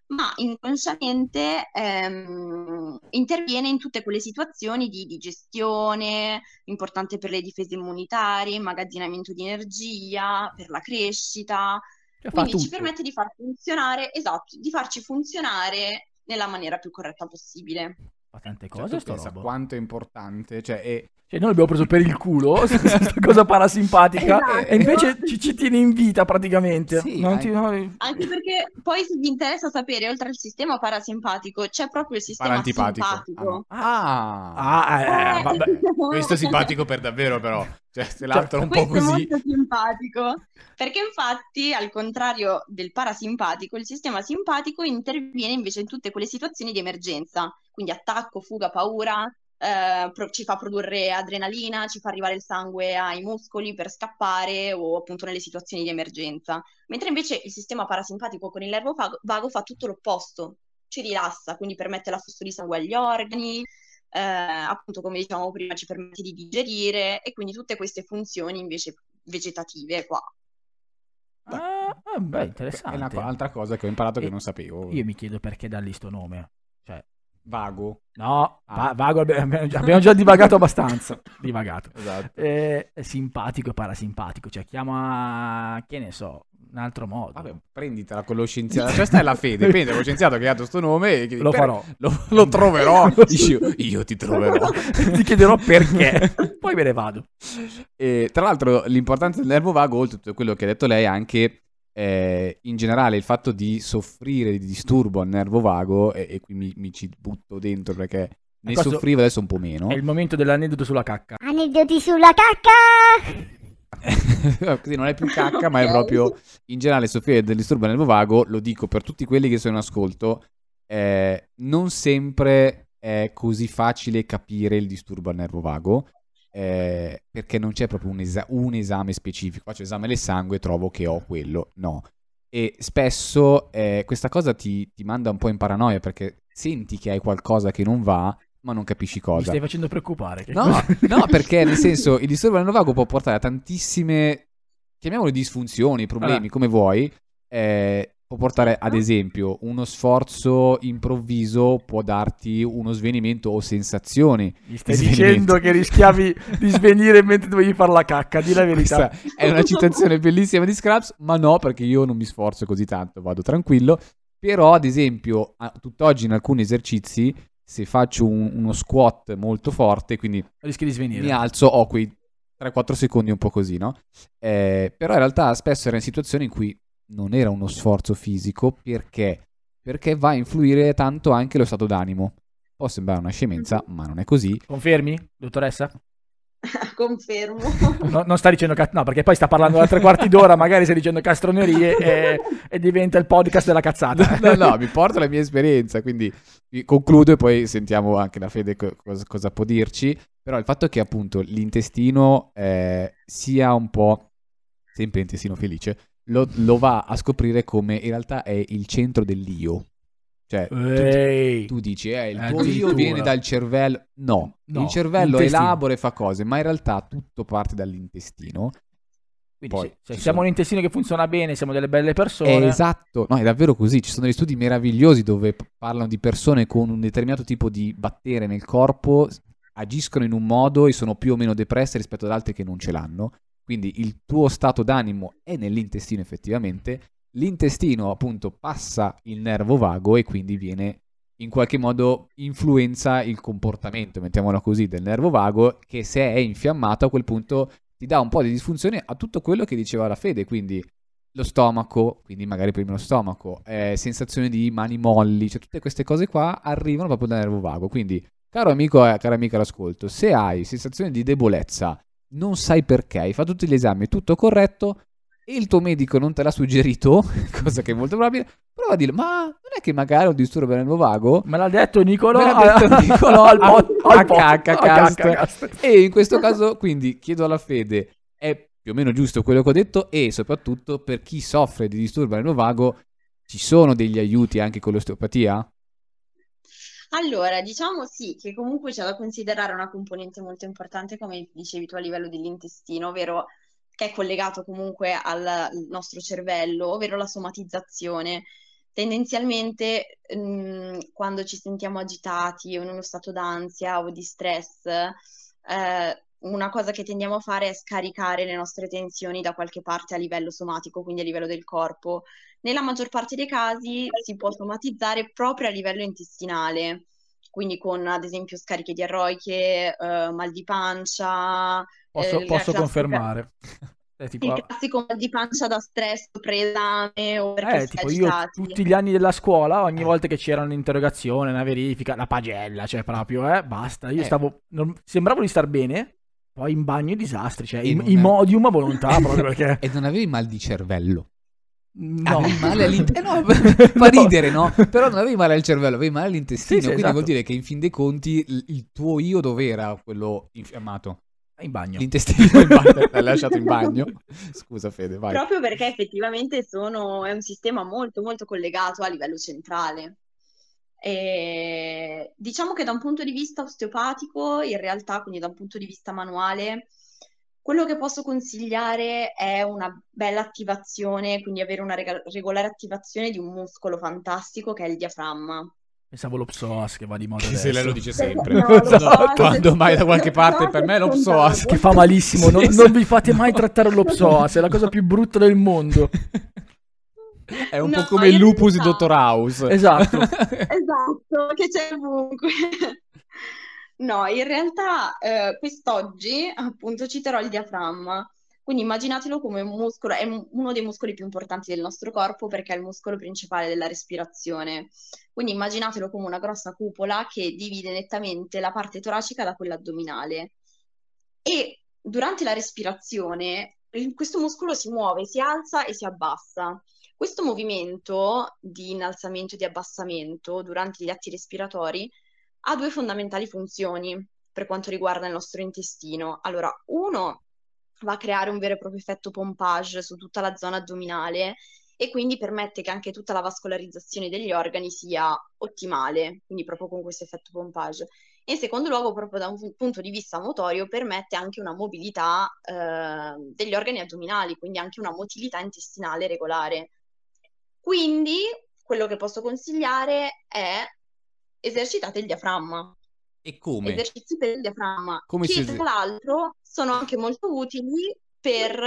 S6: ma inconsciamente ehm, interviene in tutte quelle situazioni di digestione, importante per le difese immunitarie, immagazzinamento di energia, per la crescita.
S2: Cioè, fa
S6: Quindi ci
S2: tutto.
S6: permette di far funzionare, esatto, di farci funzionare nella maniera più corretta possibile.
S2: Fa tante
S1: Cioè,
S2: cose
S1: tu
S2: sto
S1: pensa
S2: robo.
S1: quanto è importante, cioè è-
S2: Cioè, noi l'abbiamo preso per il culo, questa cosa parasimpatica,
S6: Esatto.
S2: e invece ci, ci tiene in vita praticamente.
S1: Sì,
S2: non
S1: anche-
S2: ti...
S6: Anche perché poi se vi interessa sapere, oltre al sistema parasimpatico, c'è proprio il sistema
S1: Parantipatico.
S6: simpatico.
S1: Ah,
S2: Ah, eh, vabbè.
S1: questo è simpatico per davvero però. Cioè, se l'altro è un po'
S6: Questo è
S1: così.
S6: molto simpatico, perché infatti, al contrario del parasimpatico, il sistema simpatico interviene invece in tutte quelle situazioni di emergenza, quindi attacco, fuga, paura, eh, pro- ci fa produrre adrenalina, ci fa arrivare il sangue ai muscoli per scappare o appunto nelle situazioni di emergenza. Mentre invece il sistema parasimpatico con il nervo vago, vago fa tutto l'opposto, ci rilassa, quindi permette l'afflusso di sangue agli organi, eh, appunto come dicevamo prima ci permette di digerire e quindi tutte queste funzioni invece vegetative qua.
S2: Ah, ah, beh,
S1: È una
S2: interessante.
S1: co- altra cosa che ho imparato che
S2: E-
S1: non sapevo.
S2: Io mi chiedo perché dà lì sto nome. Cioè,
S1: Vago.
S2: no,
S1: Ah.
S2: va- vago, abbiamo- abbiamo già- abbiamo già divagato abbastanza. divagato.
S1: Esatto.
S2: Eh, simpatico e parasimpatico, cioè chiama, che ne so, un altro modo.
S1: Vabbè, prenditela con lo scienziato. Cioè, sta è la fede. Prendi lo scienziato che ha dato sto nome e chiedi,
S2: Lo
S1: "Per-
S2: farò.
S1: Lo, lo troverò. Dici, io, io ti troverò.
S2: Ti chiederò perché. Poi me ne vado.
S1: E, tra l'altro, l'importanza del nervo vago, oltre a tutto quello che ha detto lei, è anche eh, in generale il fatto di soffrire di disturbo al nervo vago, e, e qui mi, mi ci butto dentro perché ne
S2: Questo-
S1: soffrivo adesso un po' meno.
S2: È il momento dell'aneddoto sulla cacca.
S7: Aneddoti sulla cacca!
S1: Quindi non è più cacca, ma è
S6: Ok.
S1: proprio in generale soffrire del disturbo del nervo vago. Lo dico per tutti quelli che sono in ascolto. eh, non sempre è così facile capire il disturbo al nervo vago. eh, perché non c'è proprio un, esa- un esame specifico. Faccio esame del sangue e trovo che ho quello. No. E spesso eh, questa cosa ti, ti manda un po' in paranoia perché senti che hai qualcosa che non va, ma non capisci
S2: Mi
S1: cosa.
S2: stai facendo preoccupare. che
S1: No,
S2: cosa-
S1: no, perché nel senso il disturbo del vago può portare a tantissime, chiamiamole disfunzioni, problemi,
S2: Allora.
S1: come vuoi. eh, può portare, ad esempio, uno sforzo improvviso può darti uno svenimento o sensazioni.
S2: Mi stai
S1: Svenimento.
S2: dicendo che rischiavi di svenire mentre dovevi fare la cacca, di la verità.
S1: Questa è una citazione bellissima di Scraps, ma no, perché io non mi sforzo così tanto, vado tranquillo. Però, ad esempio, a- tutt'oggi in alcuni esercizi, se faccio un- uno squat molto forte, quindi
S2: Rischi di svenire.
S1: mi alzo, ho quei 3-4 secondi un po' così, no? Eh, però in realtà spesso era in situazioni in cui non era uno sforzo fisico perché? Perché va a influire tanto anche lo stato d'animo. Può sembrare una scemenza, ma non è così.
S2: Confermi, dottoressa?
S6: Confermo.
S2: No, non sta dicendo cazzo, no, perché poi sta parlando da tre quarti d'ora, magari stai dicendo castronerie e, e diventa il podcast della cazzata.
S1: No, no, vi porto la mia esperienza, quindi vi- concludo e poi sentiamo anche la Fede co- cosa, cosa può dirci. Però il fatto che appunto l'intestino eh, sia un po', sempre intestino felice, lo, lo va a scoprire come in realtà è il centro dell'io. Cioè, tutti-
S2: Ehi.
S1: tu dici, eh, il tuo
S2: Addirittura.
S1: io viene dal cervello. No,
S2: No,
S1: il cervello
S2: l'intestino.
S1: elabora e fa cose, ma in realtà tutto parte dall'intestino.
S2: Quindi
S1: Poi
S2: se-
S1: ci sono-
S2: se cioè, siamo un intestino che funziona bene, siamo delle belle
S1: È
S2: persone.
S1: esatto, no, è davvero così. Ci sono degli studi meravigliosi dove p- parlano di persone con un determinato tipo di battere nel corpo, s- agiscono in un modo e sono più o meno depresse rispetto ad altre che non ce l'hanno. Quindi il tuo stato d'animo è nell'intestino effettivamente l'intestino appunto passa il nervo vago e quindi viene in qualche modo influenza il comportamento, mettiamola così, del nervo vago che se è infiammato a quel punto ti dà un po' di disfunzione a tutto quello che diceva la Fede, quindi lo stomaco, quindi magari prima lo stomaco, eh, sensazione di mani molli, cioè tutte queste cose qua arrivano proprio dal nervo vago, quindi caro amico e cara amica all'ascolto, se hai sensazione di debolezza, non sai perché, hai fatto tutti gli esami, è tutto corretto, e il tuo medico non te l'ha suggerito, cosa che è molto probabile, prova a dire, ma non è che magari ho un disturbo del nervo vago?
S2: Me l'ha detto Nicolò eh, Ah,
S1: Me l'ha detto
S2: a-
S1: Nicolò al
S2: a-
S1: pod-
S2: al
S1: a
S2: pod-
S1: Caccacast.
S2: a Caccacast.
S1: E in questo caso, quindi, chiedo alla fede, è più o meno giusto quello che ho detto e soprattutto per chi soffre di disturbo del nervo vago, ci sono degli aiuti anche con l'osteopatia?
S6: Allora, diciamo sì, che comunque c'è da considerare una componente molto importante, come dicevi tu, a livello dell'intestino, ovvero che è collegato comunque al nostro cervello, ovvero la somatizzazione. Tendenzialmente, mh, quando ci sentiamo agitati o in uno stato d'ansia o di stress, eh, una cosa che tendiamo a fare è scaricare le nostre tensioni da qualche parte a livello somatico, quindi a livello del corpo. Nella maggior parte dei casi si può somatizzare proprio a livello intestinale, quindi con ad esempio scariche diarroiche, eh, mal di pancia,
S2: Posso,
S6: Eh,
S2: posso
S6: la classica-
S2: confermare. È tipo,
S6: il classico mal di pancia da stress preesame o perché
S2: eh,
S6: si è
S2: tipo io
S6: agitati.
S2: tutti gli anni della scuola, ogni volta che c'era un'interrogazione, una verifica, la pagella, cioè proprio, eh, basta. Io
S1: Eh.
S2: stavo, non- sembravo di star bene, poi in bagno i disastri, cioè
S1: E
S2: i,
S1: non
S2: i
S1: è-
S2: modium a volontà proprio perché...
S1: E non avevi mal di cervello?
S2: No,
S1: Avevi male all'intestino. fa ridere, no? Però non avevi male al cervello, avevi male all'intestino.
S2: Sì, sì,
S1: quindi
S2: esatto.
S1: vuol dire che in fin dei conti il, il tuo io dov'era quello infiammato?
S2: In bagno.
S1: L'intestino in bagno, l'hai lasciato in bagno. Scusa, Fede, vai.
S6: Proprio perché effettivamente sono, è un sistema molto molto collegato a livello centrale. E diciamo che da un punto di vista osteopatico, in realtà, quindi da un punto di vista manuale, quello che posso consigliare è una bella attivazione, quindi avere una rega- regolare attivazione di un muscolo fantastico che è il diaframma.
S2: Pensavo lo psoas che va di moda
S1: Che
S2: adesso.
S1: se lei lo dice sempre.
S6: No, lo so,
S1: Quando-
S6: se-
S1: Quando mai da qualche
S6: lo
S1: parte
S6: so,
S1: per me lo
S6: sono
S1: so. ah,
S6: bravo.
S2: Che fa malissimo, non,
S1: Sì,
S2: non
S1: sì.
S2: vi fate mai trattare lo psoas, è la cosa più brutta del mondo.
S1: È un
S6: No,
S1: po' come il
S6: io non
S1: lupus di
S6: so.
S1: Dottor House.
S2: Esatto.
S6: Esatto, che c'è ovunque. No, in realtà eh, quest'oggi appunto citerò il diaframma. Quindi immaginatelo come un muscolo, è un- uno dei muscoli più importanti del nostro corpo perché è il muscolo principale della respirazione. Quindi immaginatelo come una grossa cupola che divide nettamente la parte toracica da quella addominale. E durante la respirazione il- questo muscolo si muove, si alza e si abbassa. Questo movimento di innalzamento e di abbassamento durante gli atti respiratori ha due fondamentali funzioni per quanto riguarda il nostro intestino. Allora, uno va a creare un vero e proprio effetto pompage su tutta la zona addominale e quindi permette che anche tutta la vascolarizzazione degli organi sia ottimale, quindi proprio con questo effetto pompage. E in secondo luogo, proprio da un fu- punto di vista motorio, permette anche una mobilità eh, degli organi addominali, quindi anche una motilità intestinale regolare. Quindi quello che posso consigliare è esercitate il diaframma,
S1: E come?
S6: esercizi per il diaframma,
S1: Come
S6: che
S1: si eser-
S6: tra l'altro sono anche molto utili per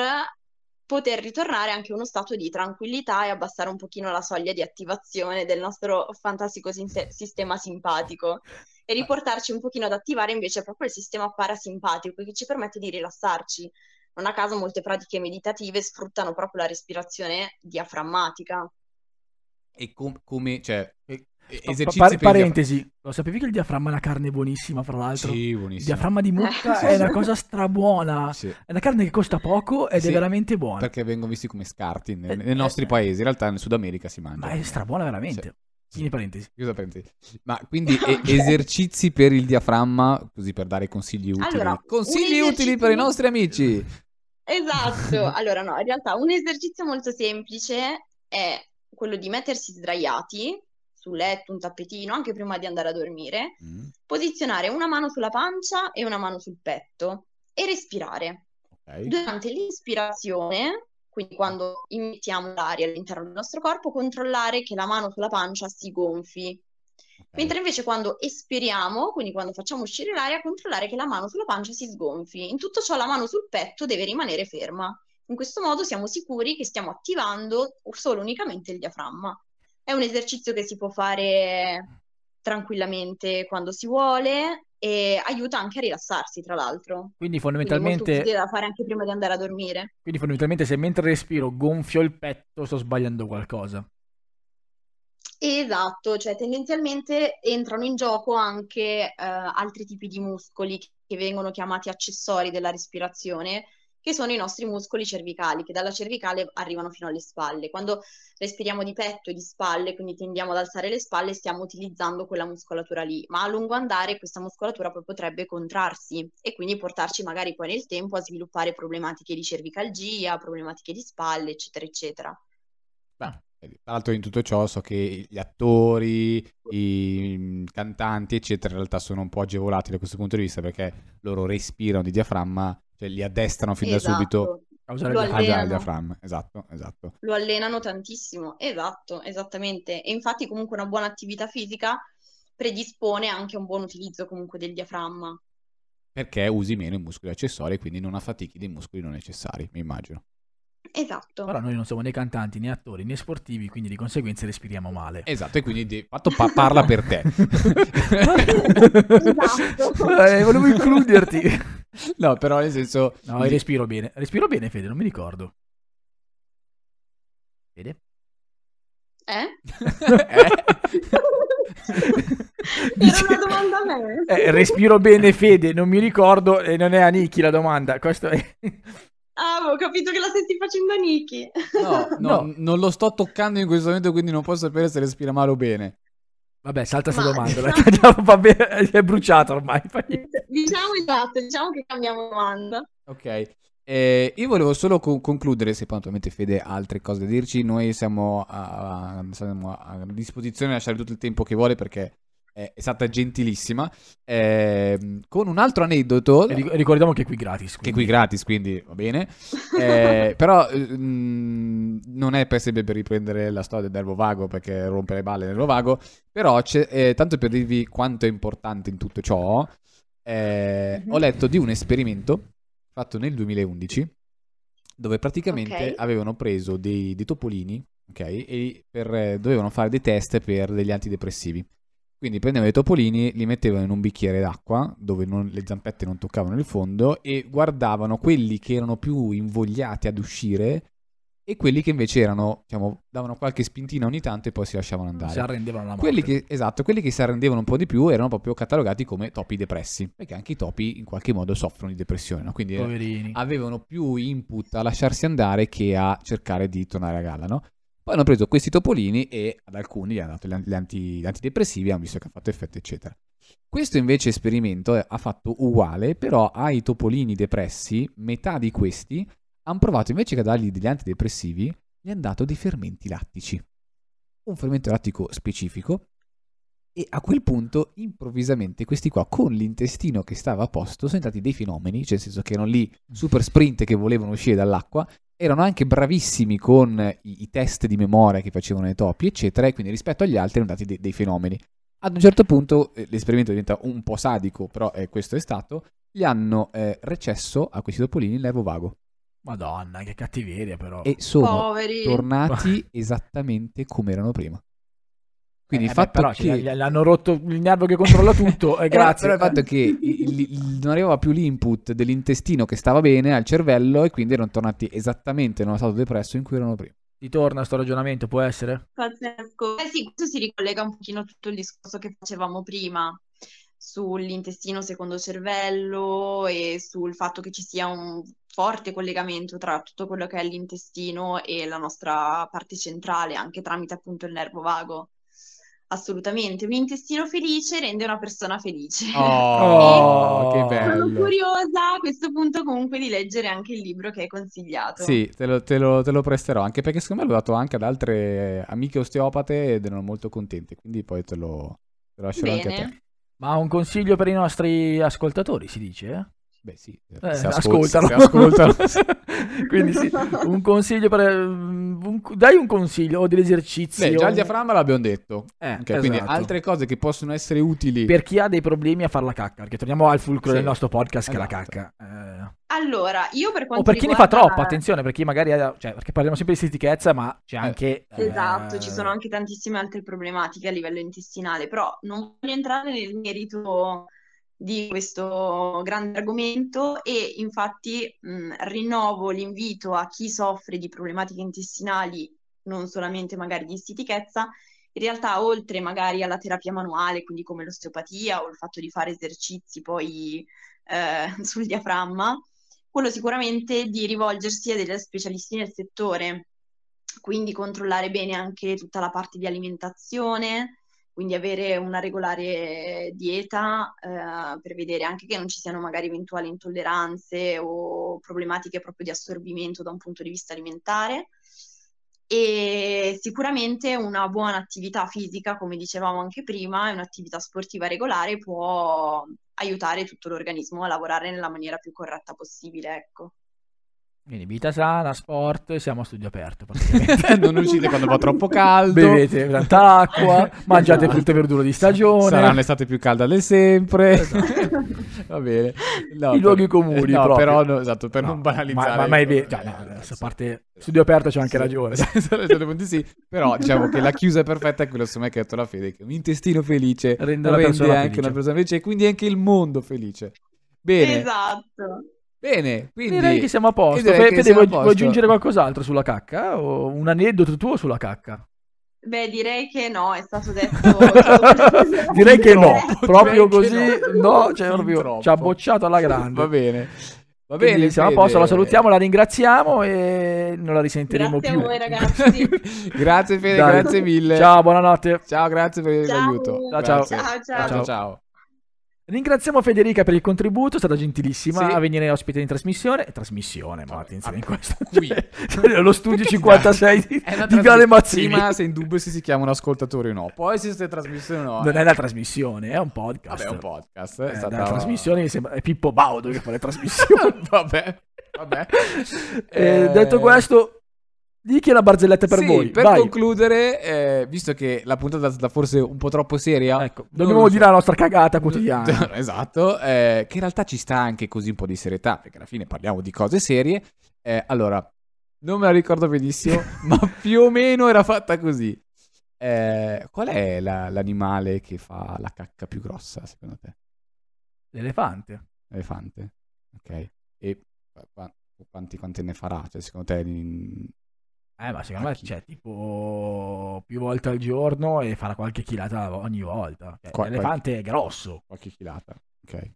S6: poter ritornare anche a uno stato di tranquillità e abbassare un pochino la soglia di attivazione del nostro fantastico sin- sistema simpatico e riportarci un pochino ad attivare invece proprio il sistema parasimpatico che ci permette di rilassarci. Non a caso molte pratiche meditative sfruttano proprio la respirazione diaframmatica.
S1: E com- come, cioè,
S2: E-
S1: e-
S2: Pa-
S1: esercizi
S2: pa-
S1: per il
S2: parentesi, lo sapevi che il diaframma è una carne buonissima, fra
S1: diaframma?
S2: l'altro?
S1: Sì,
S2: Il
S1: buonissimo.
S2: diaframma di mucca
S6: Eh,
S2: è una cosa strabuona.
S1: Sì.
S2: È una carne che costa poco ed
S1: Sì,
S2: è veramente buona.
S1: Perché vengono visti come scarti nei,
S2: Eh,
S1: nei nostri
S2: eh.
S1: paesi, in realtà in Sud America si mangia.
S2: Ma è strabuona veramente.
S1: Sì.
S2: Fini parentesi.
S1: Chiusa parentesi. Ma quindi e- esercizi per il diaframma, così per dare consigli utili.
S6: Allora,
S1: consigli
S6: un
S1: utili per i
S6: esercizio-
S1: nostri amici.
S6: Esatto, allora no, in realtà un esercizio molto semplice è quello di mettersi sdraiati sul letto, un tappetino, anche prima di andare a dormire,
S1: Mm,
S6: posizionare una mano sulla pancia e una mano sul petto e respirare.
S1: ok.
S6: Durante l'ispirazione, quindi quando immettiamo l'aria all'interno del nostro corpo, controllare che la mano sulla pancia si gonfi. Mentre invece quando espiriamo, quindi quando facciamo uscire l'aria, controllare che la mano sulla pancia si sgonfi. In tutto ciò la mano sul petto deve rimanere ferma. In questo modo siamo sicuri che stiamo attivando solo e unicamente il diaframma. È un esercizio che si può fare tranquillamente quando si vuole e aiuta anche a rilassarsi, tra l'altro.
S2: Quindi
S6: Quindi è molto
S2: fondamentalmente,
S6: utile da fare anche prima di andare a dormire.
S2: quindi fondamentalmente se mentre respiro gonfio il petto sto sbagliando qualcosa.
S6: Esatto, cioè tendenzialmente entrano in gioco anche eh, altri tipi di muscoli che vengono chiamati accessori della respirazione, che sono i nostri muscoli cervicali, che dalla cervicale arrivano fino alle spalle. Quando respiriamo di petto e di spalle, quindi tendiamo ad alzare le spalle, stiamo utilizzando quella muscolatura lì, ma a lungo andare questa muscolatura poi potrebbe contrarsi e quindi portarci magari poi nel tempo a sviluppare problematiche di cervicalgia, problematiche di spalle, eccetera, eccetera.
S1: Tra l'altro in tutto ciò so che gli attori, i mm, cantanti, eccetera, in realtà sono un po' agevolati da questo punto di vista perché loro respirano di diaframma, cioè li addestrano fin da subito
S6: Esatto.
S2: A usare
S6: Lo
S2: il
S1: a
S6: almeno.
S1: usare il diaframma.
S2: diaframma.
S6: allenano.
S1: Esatto, esatto.
S6: Lo allenano tantissimo, esatto, esattamente. E infatti comunque una buona attività fisica predispone anche a un buon utilizzo comunque del diaframma.
S1: Perché usi meno i muscoli accessori e quindi non affatichi dei muscoli non necessari, mi immagino.
S6: Esatto.
S2: Però noi non siamo né cantanti né attori né sportivi, quindi di conseguenza respiriamo male.
S1: Esatto, e quindi di fatto pa- parla per te.
S6: Esatto.
S2: Eh, volevo includerti.
S1: no, però nel senso...
S2: No, io respiro bene. Respiro bene, Fede, non mi ricordo. Fede?
S6: Eh?
S2: Dice-
S6: Era una domanda a me.
S2: Eh, respiro bene, Fede, non mi ricordo. E non è a Niki la domanda. Questo è...
S6: Ah, avevo capito che la stessi facendo a Niki.
S1: No, no,
S2: No.
S1: non lo sto toccando in questo momento, quindi non posso sapere se respira male o bene.
S2: Vabbè, salta sta
S6: Ma-
S2: domanda. la tagliamo, va bene, è bruciata ormai. fa niente.
S6: Diciamo esatto, diciamo che cambiamo domanda.
S1: Ok. Eh, io volevo solo con- concludere, se poi naturalmente Fede ha altre cose da dirci, noi siamo a, a- siamo a disposizione di lasciare tutto il tempo che vuole perché è, è stata gentilissima. Ehm, con un altro aneddoto,
S2: E ric- Ricordiamo che è qui gratis.
S1: che è
S2: quindi.
S1: qui gratis, quindi va bene. Eh, però eh, mm, non è per sempre per riprendere la storia del nervo vago perché rompe le balle il nervo vago, però c'è- eh, tanto per dirvi quanto è importante in tutto ciò, eh,
S6: Mhm.
S1: ho letto di un esperimento fatto nel 2011 dove praticamente
S6: Ok.
S1: avevano preso dei, dei topolini ok, e per- eh, dovevano fare dei test per degli antidepressivi. Quindi prendevano i topolini, li mettevano in un bicchiere d'acqua dove non- le zampette non toccavano il fondo e guardavano quelli che erano più invogliati ad uscire e quelli che invece erano, diciamo, davano qualche spintina ogni tanto e poi si lasciavano andare.
S2: Si arrendevano alla morte.
S1: Quelli che, esatto, quelli che si arrendevano un po' di più erano proprio catalogati come topi depressi, perché anche i topi in qualche modo soffrono di depressione, no? quindi eh,
S2: Poverini.
S1: avevano più input a lasciarsi andare che a cercare di tornare a galla, no? Poi hanno preso questi topolini e ad alcuni gli hanno dato gli an- gli anti- gli antidepressivi, hanno visto che ha fatto effetto, eccetera. Questo invece esperimento eh, ha fatto uguale, però ai topolini depressi, metà di questi hanno provato invece che dargli degli antidepressivi, gli hanno dato dei fermenti lattici. Un fermento lattico specifico. E a quel punto, improvvisamente, questi qua, con l'intestino che stava a posto, sono stati dei fenomeni, cioè nel senso che erano lì super sprint che volevano uscire dall'acqua, erano anche bravissimi con i, i test di memoria che facevano i topi, eccetera, e quindi rispetto agli altri erano dati dei- dei fenomeni. Ad un certo punto eh, l'esperimento diventa un po' sadico, però eh, questo è stato, gli hanno eh, recesso a questi topolini il nervo vago
S2: Madonna, che cattiveria però.
S1: e sono
S6: Poveri.
S1: tornati esattamente come erano prima. Quindi
S2: Eh,
S1: il
S2: beh,
S1: fatto
S2: però,
S1: che...
S2: cioè, gli- l'hanno rotto il nervo che controlla tutto. eh,
S1: Eh,
S2: grazie.
S1: Però il fatto è che il- il- non arrivava più l'input dell'intestino che stava bene al cervello e quindi erano tornati esattamente nello stato depresso in cui erano prima.
S2: Ti torna sto ragionamento, può essere?
S6: Pazzesco. Eh sì, questo si ricollega un pochino a tutto il discorso che facevamo prima sull'intestino secondo cervello e sul fatto che ci sia un forte collegamento tra tutto quello che è l'intestino e la nostra parte centrale, anche tramite appunto il nervo vago. Assolutamente, un intestino felice rende una persona felice.
S2: Oh, che
S6: Sono
S2: bello.
S6: curiosa a questo punto comunque di leggere anche il libro che hai consigliato.
S1: Sì, te lo, te lo- te lo presterò anche perché secondo me l'ho dato anche ad altre eh, amiche osteopate ed erano molto contente, quindi poi te lo, te lo lascerò anche a te.
S6: Bene.
S2: Ma un consiglio per i nostri ascoltatori, si dice? eh?
S1: Beh sì,
S2: Eh,
S1: se ascol-
S2: ascoltano.
S1: se ascoltano.
S2: Quindi sì, un consiglio per... mm, un- dai un consiglio o dell'esercizio.
S1: Beh, già il diaframma l'abbiamo detto.
S2: Eh,
S1: Ok, Quindi
S2: esatto.
S1: altre cose che possono essere utili.
S2: Per chi ha dei problemi a far la cacca, perché torniamo al fulcro
S1: Sì.
S2: del nostro podcast che è la
S1: Esatto.
S2: cacca. Eh,
S6: Allora, io per
S2: O
S6: quanto
S2: per chi ne fa
S6: riguarda-
S2: troppo, attenzione, per chi magari ha- cioè, perché parliamo sempre di stitichezza, ma
S1: Eh,
S2: c'è anche...
S6: Esatto,
S2: eh,
S6: ci sono anche tantissime altre problematiche a livello intestinale, però non voglio entrare nel merito di questo grande argomento e infatti mh, rinnovo l'invito a chi soffre di problematiche intestinali, non solamente magari di stitichezza, in realtà oltre magari alla terapia manuale, quindi come l'osteopatia o il fatto di fare esercizi poi eh, sul diaframma, quello sicuramente di rivolgersi a degli specialisti nel settore, quindi controllare bene anche tutta la parte di alimentazione, quindi avere una regolare dieta, eh, per vedere anche che non ci siano magari eventuali intolleranze o problematiche proprio di assorbimento da un punto di vista alimentare. E sicuramente una buona attività fisica, come dicevamo anche prima, e un'attività sportiva regolare può aiutare tutto l'organismo a lavorare nella maniera più corretta possibile, ecco.
S2: Quindi vita sana, sport, siamo a studio aperto praticamente.
S1: non uscite quando fa troppo caldo.
S2: Bevete tanta acqua, mangiate
S1: Esatto.
S2: frutta e verdura di stagione.
S1: Sarà un'estate più calda del sempre.
S2: Esatto.
S1: Va bene. No,
S2: I luoghi comuni,
S1: eh, No,
S2: proprio.
S1: però no, esatto, per
S2: No,
S1: non banalizzare.
S2: Ma, ma, ma è vero,
S1: Eh,
S2: cioè, no,
S1: eh,
S2: adesso a
S1: sì.
S2: parte studio aperto c'è
S1: Sì.
S2: anche ragione.
S1: Sì, sono certi punti sì, però diciamo che la chiusa perfetta è quella insomma che ha detto la fede, che un intestino felice
S2: Rende la persona
S1: anche
S2: felice.
S1: una persona felice e quindi anche il mondo felice. Bene,
S6: Esatto.
S1: bene, quindi
S2: Direi che siamo a posto.
S1: direi
S2: Fe-
S1: che
S2: Fede,
S1: siamo a
S2: vuoi, vuoi
S1: posto.
S2: aggiungere qualcos'altro sulla cacca? O un aneddoto tuo sulla cacca?
S6: Beh, direi che Eh, no, è stato detto.
S2: Direi che no,
S1: Troppo,
S2: proprio
S1: direi
S2: così,
S1: che no.
S2: no, cioè,
S1: Fin
S2: proprio
S1: troppo.
S2: ci ha bocciato alla grande.
S1: va bene. Va
S2: Quindi
S1: bene,
S2: siamo a
S1: Fede.
S2: posto, la salutiamo, la ringraziamo e non la risentiremo
S6: Grazie a
S2: più.
S6: voi, ragazzi.
S1: grazie Fede,
S2: Dai.
S1: grazie mille.
S2: Ciao, buonanotte.
S1: Ciao, grazie per
S6: Ciao.
S1: l'aiuto.
S2: Ciao, ciao.
S1: Grazie.
S6: Ciao, ciao.
S1: ciao. ciao.
S2: Ringraziamo Federica per il contributo, è stata gentilissima
S1: Sì.
S2: a venire ospite in trasmissione. Trasmissione, ma attenzione, in
S1: vabbè,
S2: questo
S1: qui.
S2: cioè, lo studio 56 di,
S1: È una
S2: di Viale
S1: trasmissione-
S2: Mazzini.
S1: Prima se in dubbio se si chiama un ascoltatore o no, poi se questa trasmissione o no.
S2: Non
S1: eh.
S2: è una trasmissione, è un podcast.
S1: Vabbè, è un podcast.
S2: Eh,
S1: È stata
S2: La trasmissione mi sembra è Pippo Baudo che fa le trasmissioni.
S1: vabbè, vabbè.
S2: Eh,
S1: Eh,
S2: Detto questo, di chi è la barzelletta per
S1: sì,
S2: voi?
S1: Per
S2: Vai.
S1: concludere, eh, visto che la puntata è stata forse un po' troppo seria,
S2: Ecco,
S1: non
S2: dobbiamo
S1: lo so.
S2: dire la nostra cagata quotidiana.
S1: esatto, eh, che in realtà ci sta anche così un po' di serietà, perché alla fine parliamo di cose serie. Eh, allora, non me la ricordo benissimo, ma più o meno era fatta così. Eh, qual è la- l'animale che fa la cacca più grossa, secondo te?
S2: L'elefante.
S1: Elefante. Ok. E qua- qua- quanti, quanti ne farà? Cioè, secondo te... in-
S2: Eh, ma secondo me
S1: A chi?
S2: c'è tipo più volte al giorno e farà qualche chilata ogni volta. Cioè,
S1: Qua-
S2: l'elefante è grosso.
S1: qualche chilata. Ok.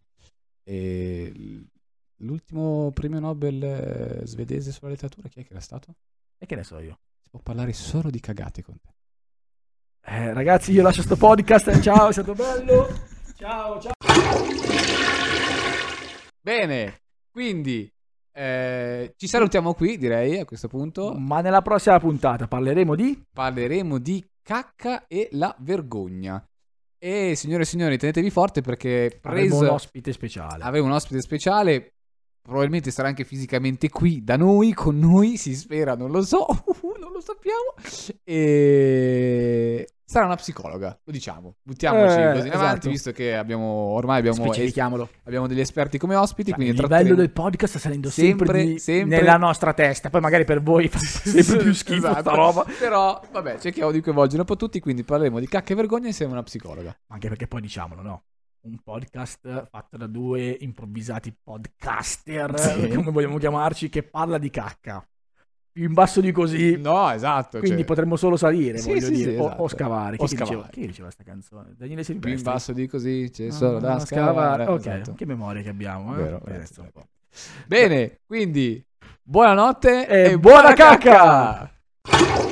S1: E l- l'ultimo premio Nobel eh, svedese sulla letteratura, chi è che era stato?
S2: E che ne so io.
S1: Si può parlare solo di cagate con te.
S2: Eh, ragazzi, io lascio sto podcast. Ciao, è stato bello. Ciao, ciao.
S1: Bene, quindi eh, ci salutiamo qui, direi, a questo punto.
S2: Ma nella prossima puntata parleremo di...
S1: Parleremo di cacca e la vergogna. E signore e signori, tenetevi forte perché
S2: Avremo un
S1: preso...
S2: ospite speciale.
S1: Avevo un ospite speciale. Probabilmente sarà anche fisicamente qui da noi, con noi, si spera, non lo so, non lo sappiamo. E sarà una psicologa, lo diciamo. Buttiamoci
S2: Eh,
S1: così in avanti,
S2: esatto.
S1: visto che abbiamo ormai abbiamo,
S2: Specifichiamolo.
S1: abbiamo degli esperti come ospiti,
S2: Cioè,
S1: quindi
S2: il livello
S1: tratteremo-
S2: del podcast sta salendo sempre,
S1: Sempre,
S2: di-
S1: sempre.
S2: nella nostra testa. Poi magari per voi fa sempre più schifo
S1: Esatto.
S2: sta roba.
S1: Però vabbè, cerchiamo di coinvolgere un po' tutti, quindi parleremo di cacca e vergogna insieme a una psicologa.
S2: Anche perché poi diciamolo, no? Un podcast fatto da due improvvisati podcaster,
S1: Sì.
S2: come vogliamo chiamarci, che parla di cacca. Più in basso di così,
S1: No, esatto,
S2: quindi
S1: cioè,
S2: potremmo solo salire,
S1: Sì,
S2: voglio
S1: sì,
S2: dire,
S1: sì,
S2: o,
S1: esatto.
S2: o scavare.
S1: O
S2: Chi, che
S1: scavare.
S2: Diceva, chi diceva sta canzone? Daniele
S1: più
S2: Silvestri.
S1: in basso di così c'è
S2: Ah,
S1: solo da scavare.
S2: Ok,
S1: esatto.
S2: che memoria che abbiamo. eh.
S1: Vero, esatto.
S2: Beh,
S1: grazie,
S2: insomma.
S1: grazie. Bene, quindi buonanotte
S2: E
S1: e,
S2: buona cacca!
S1: cacca!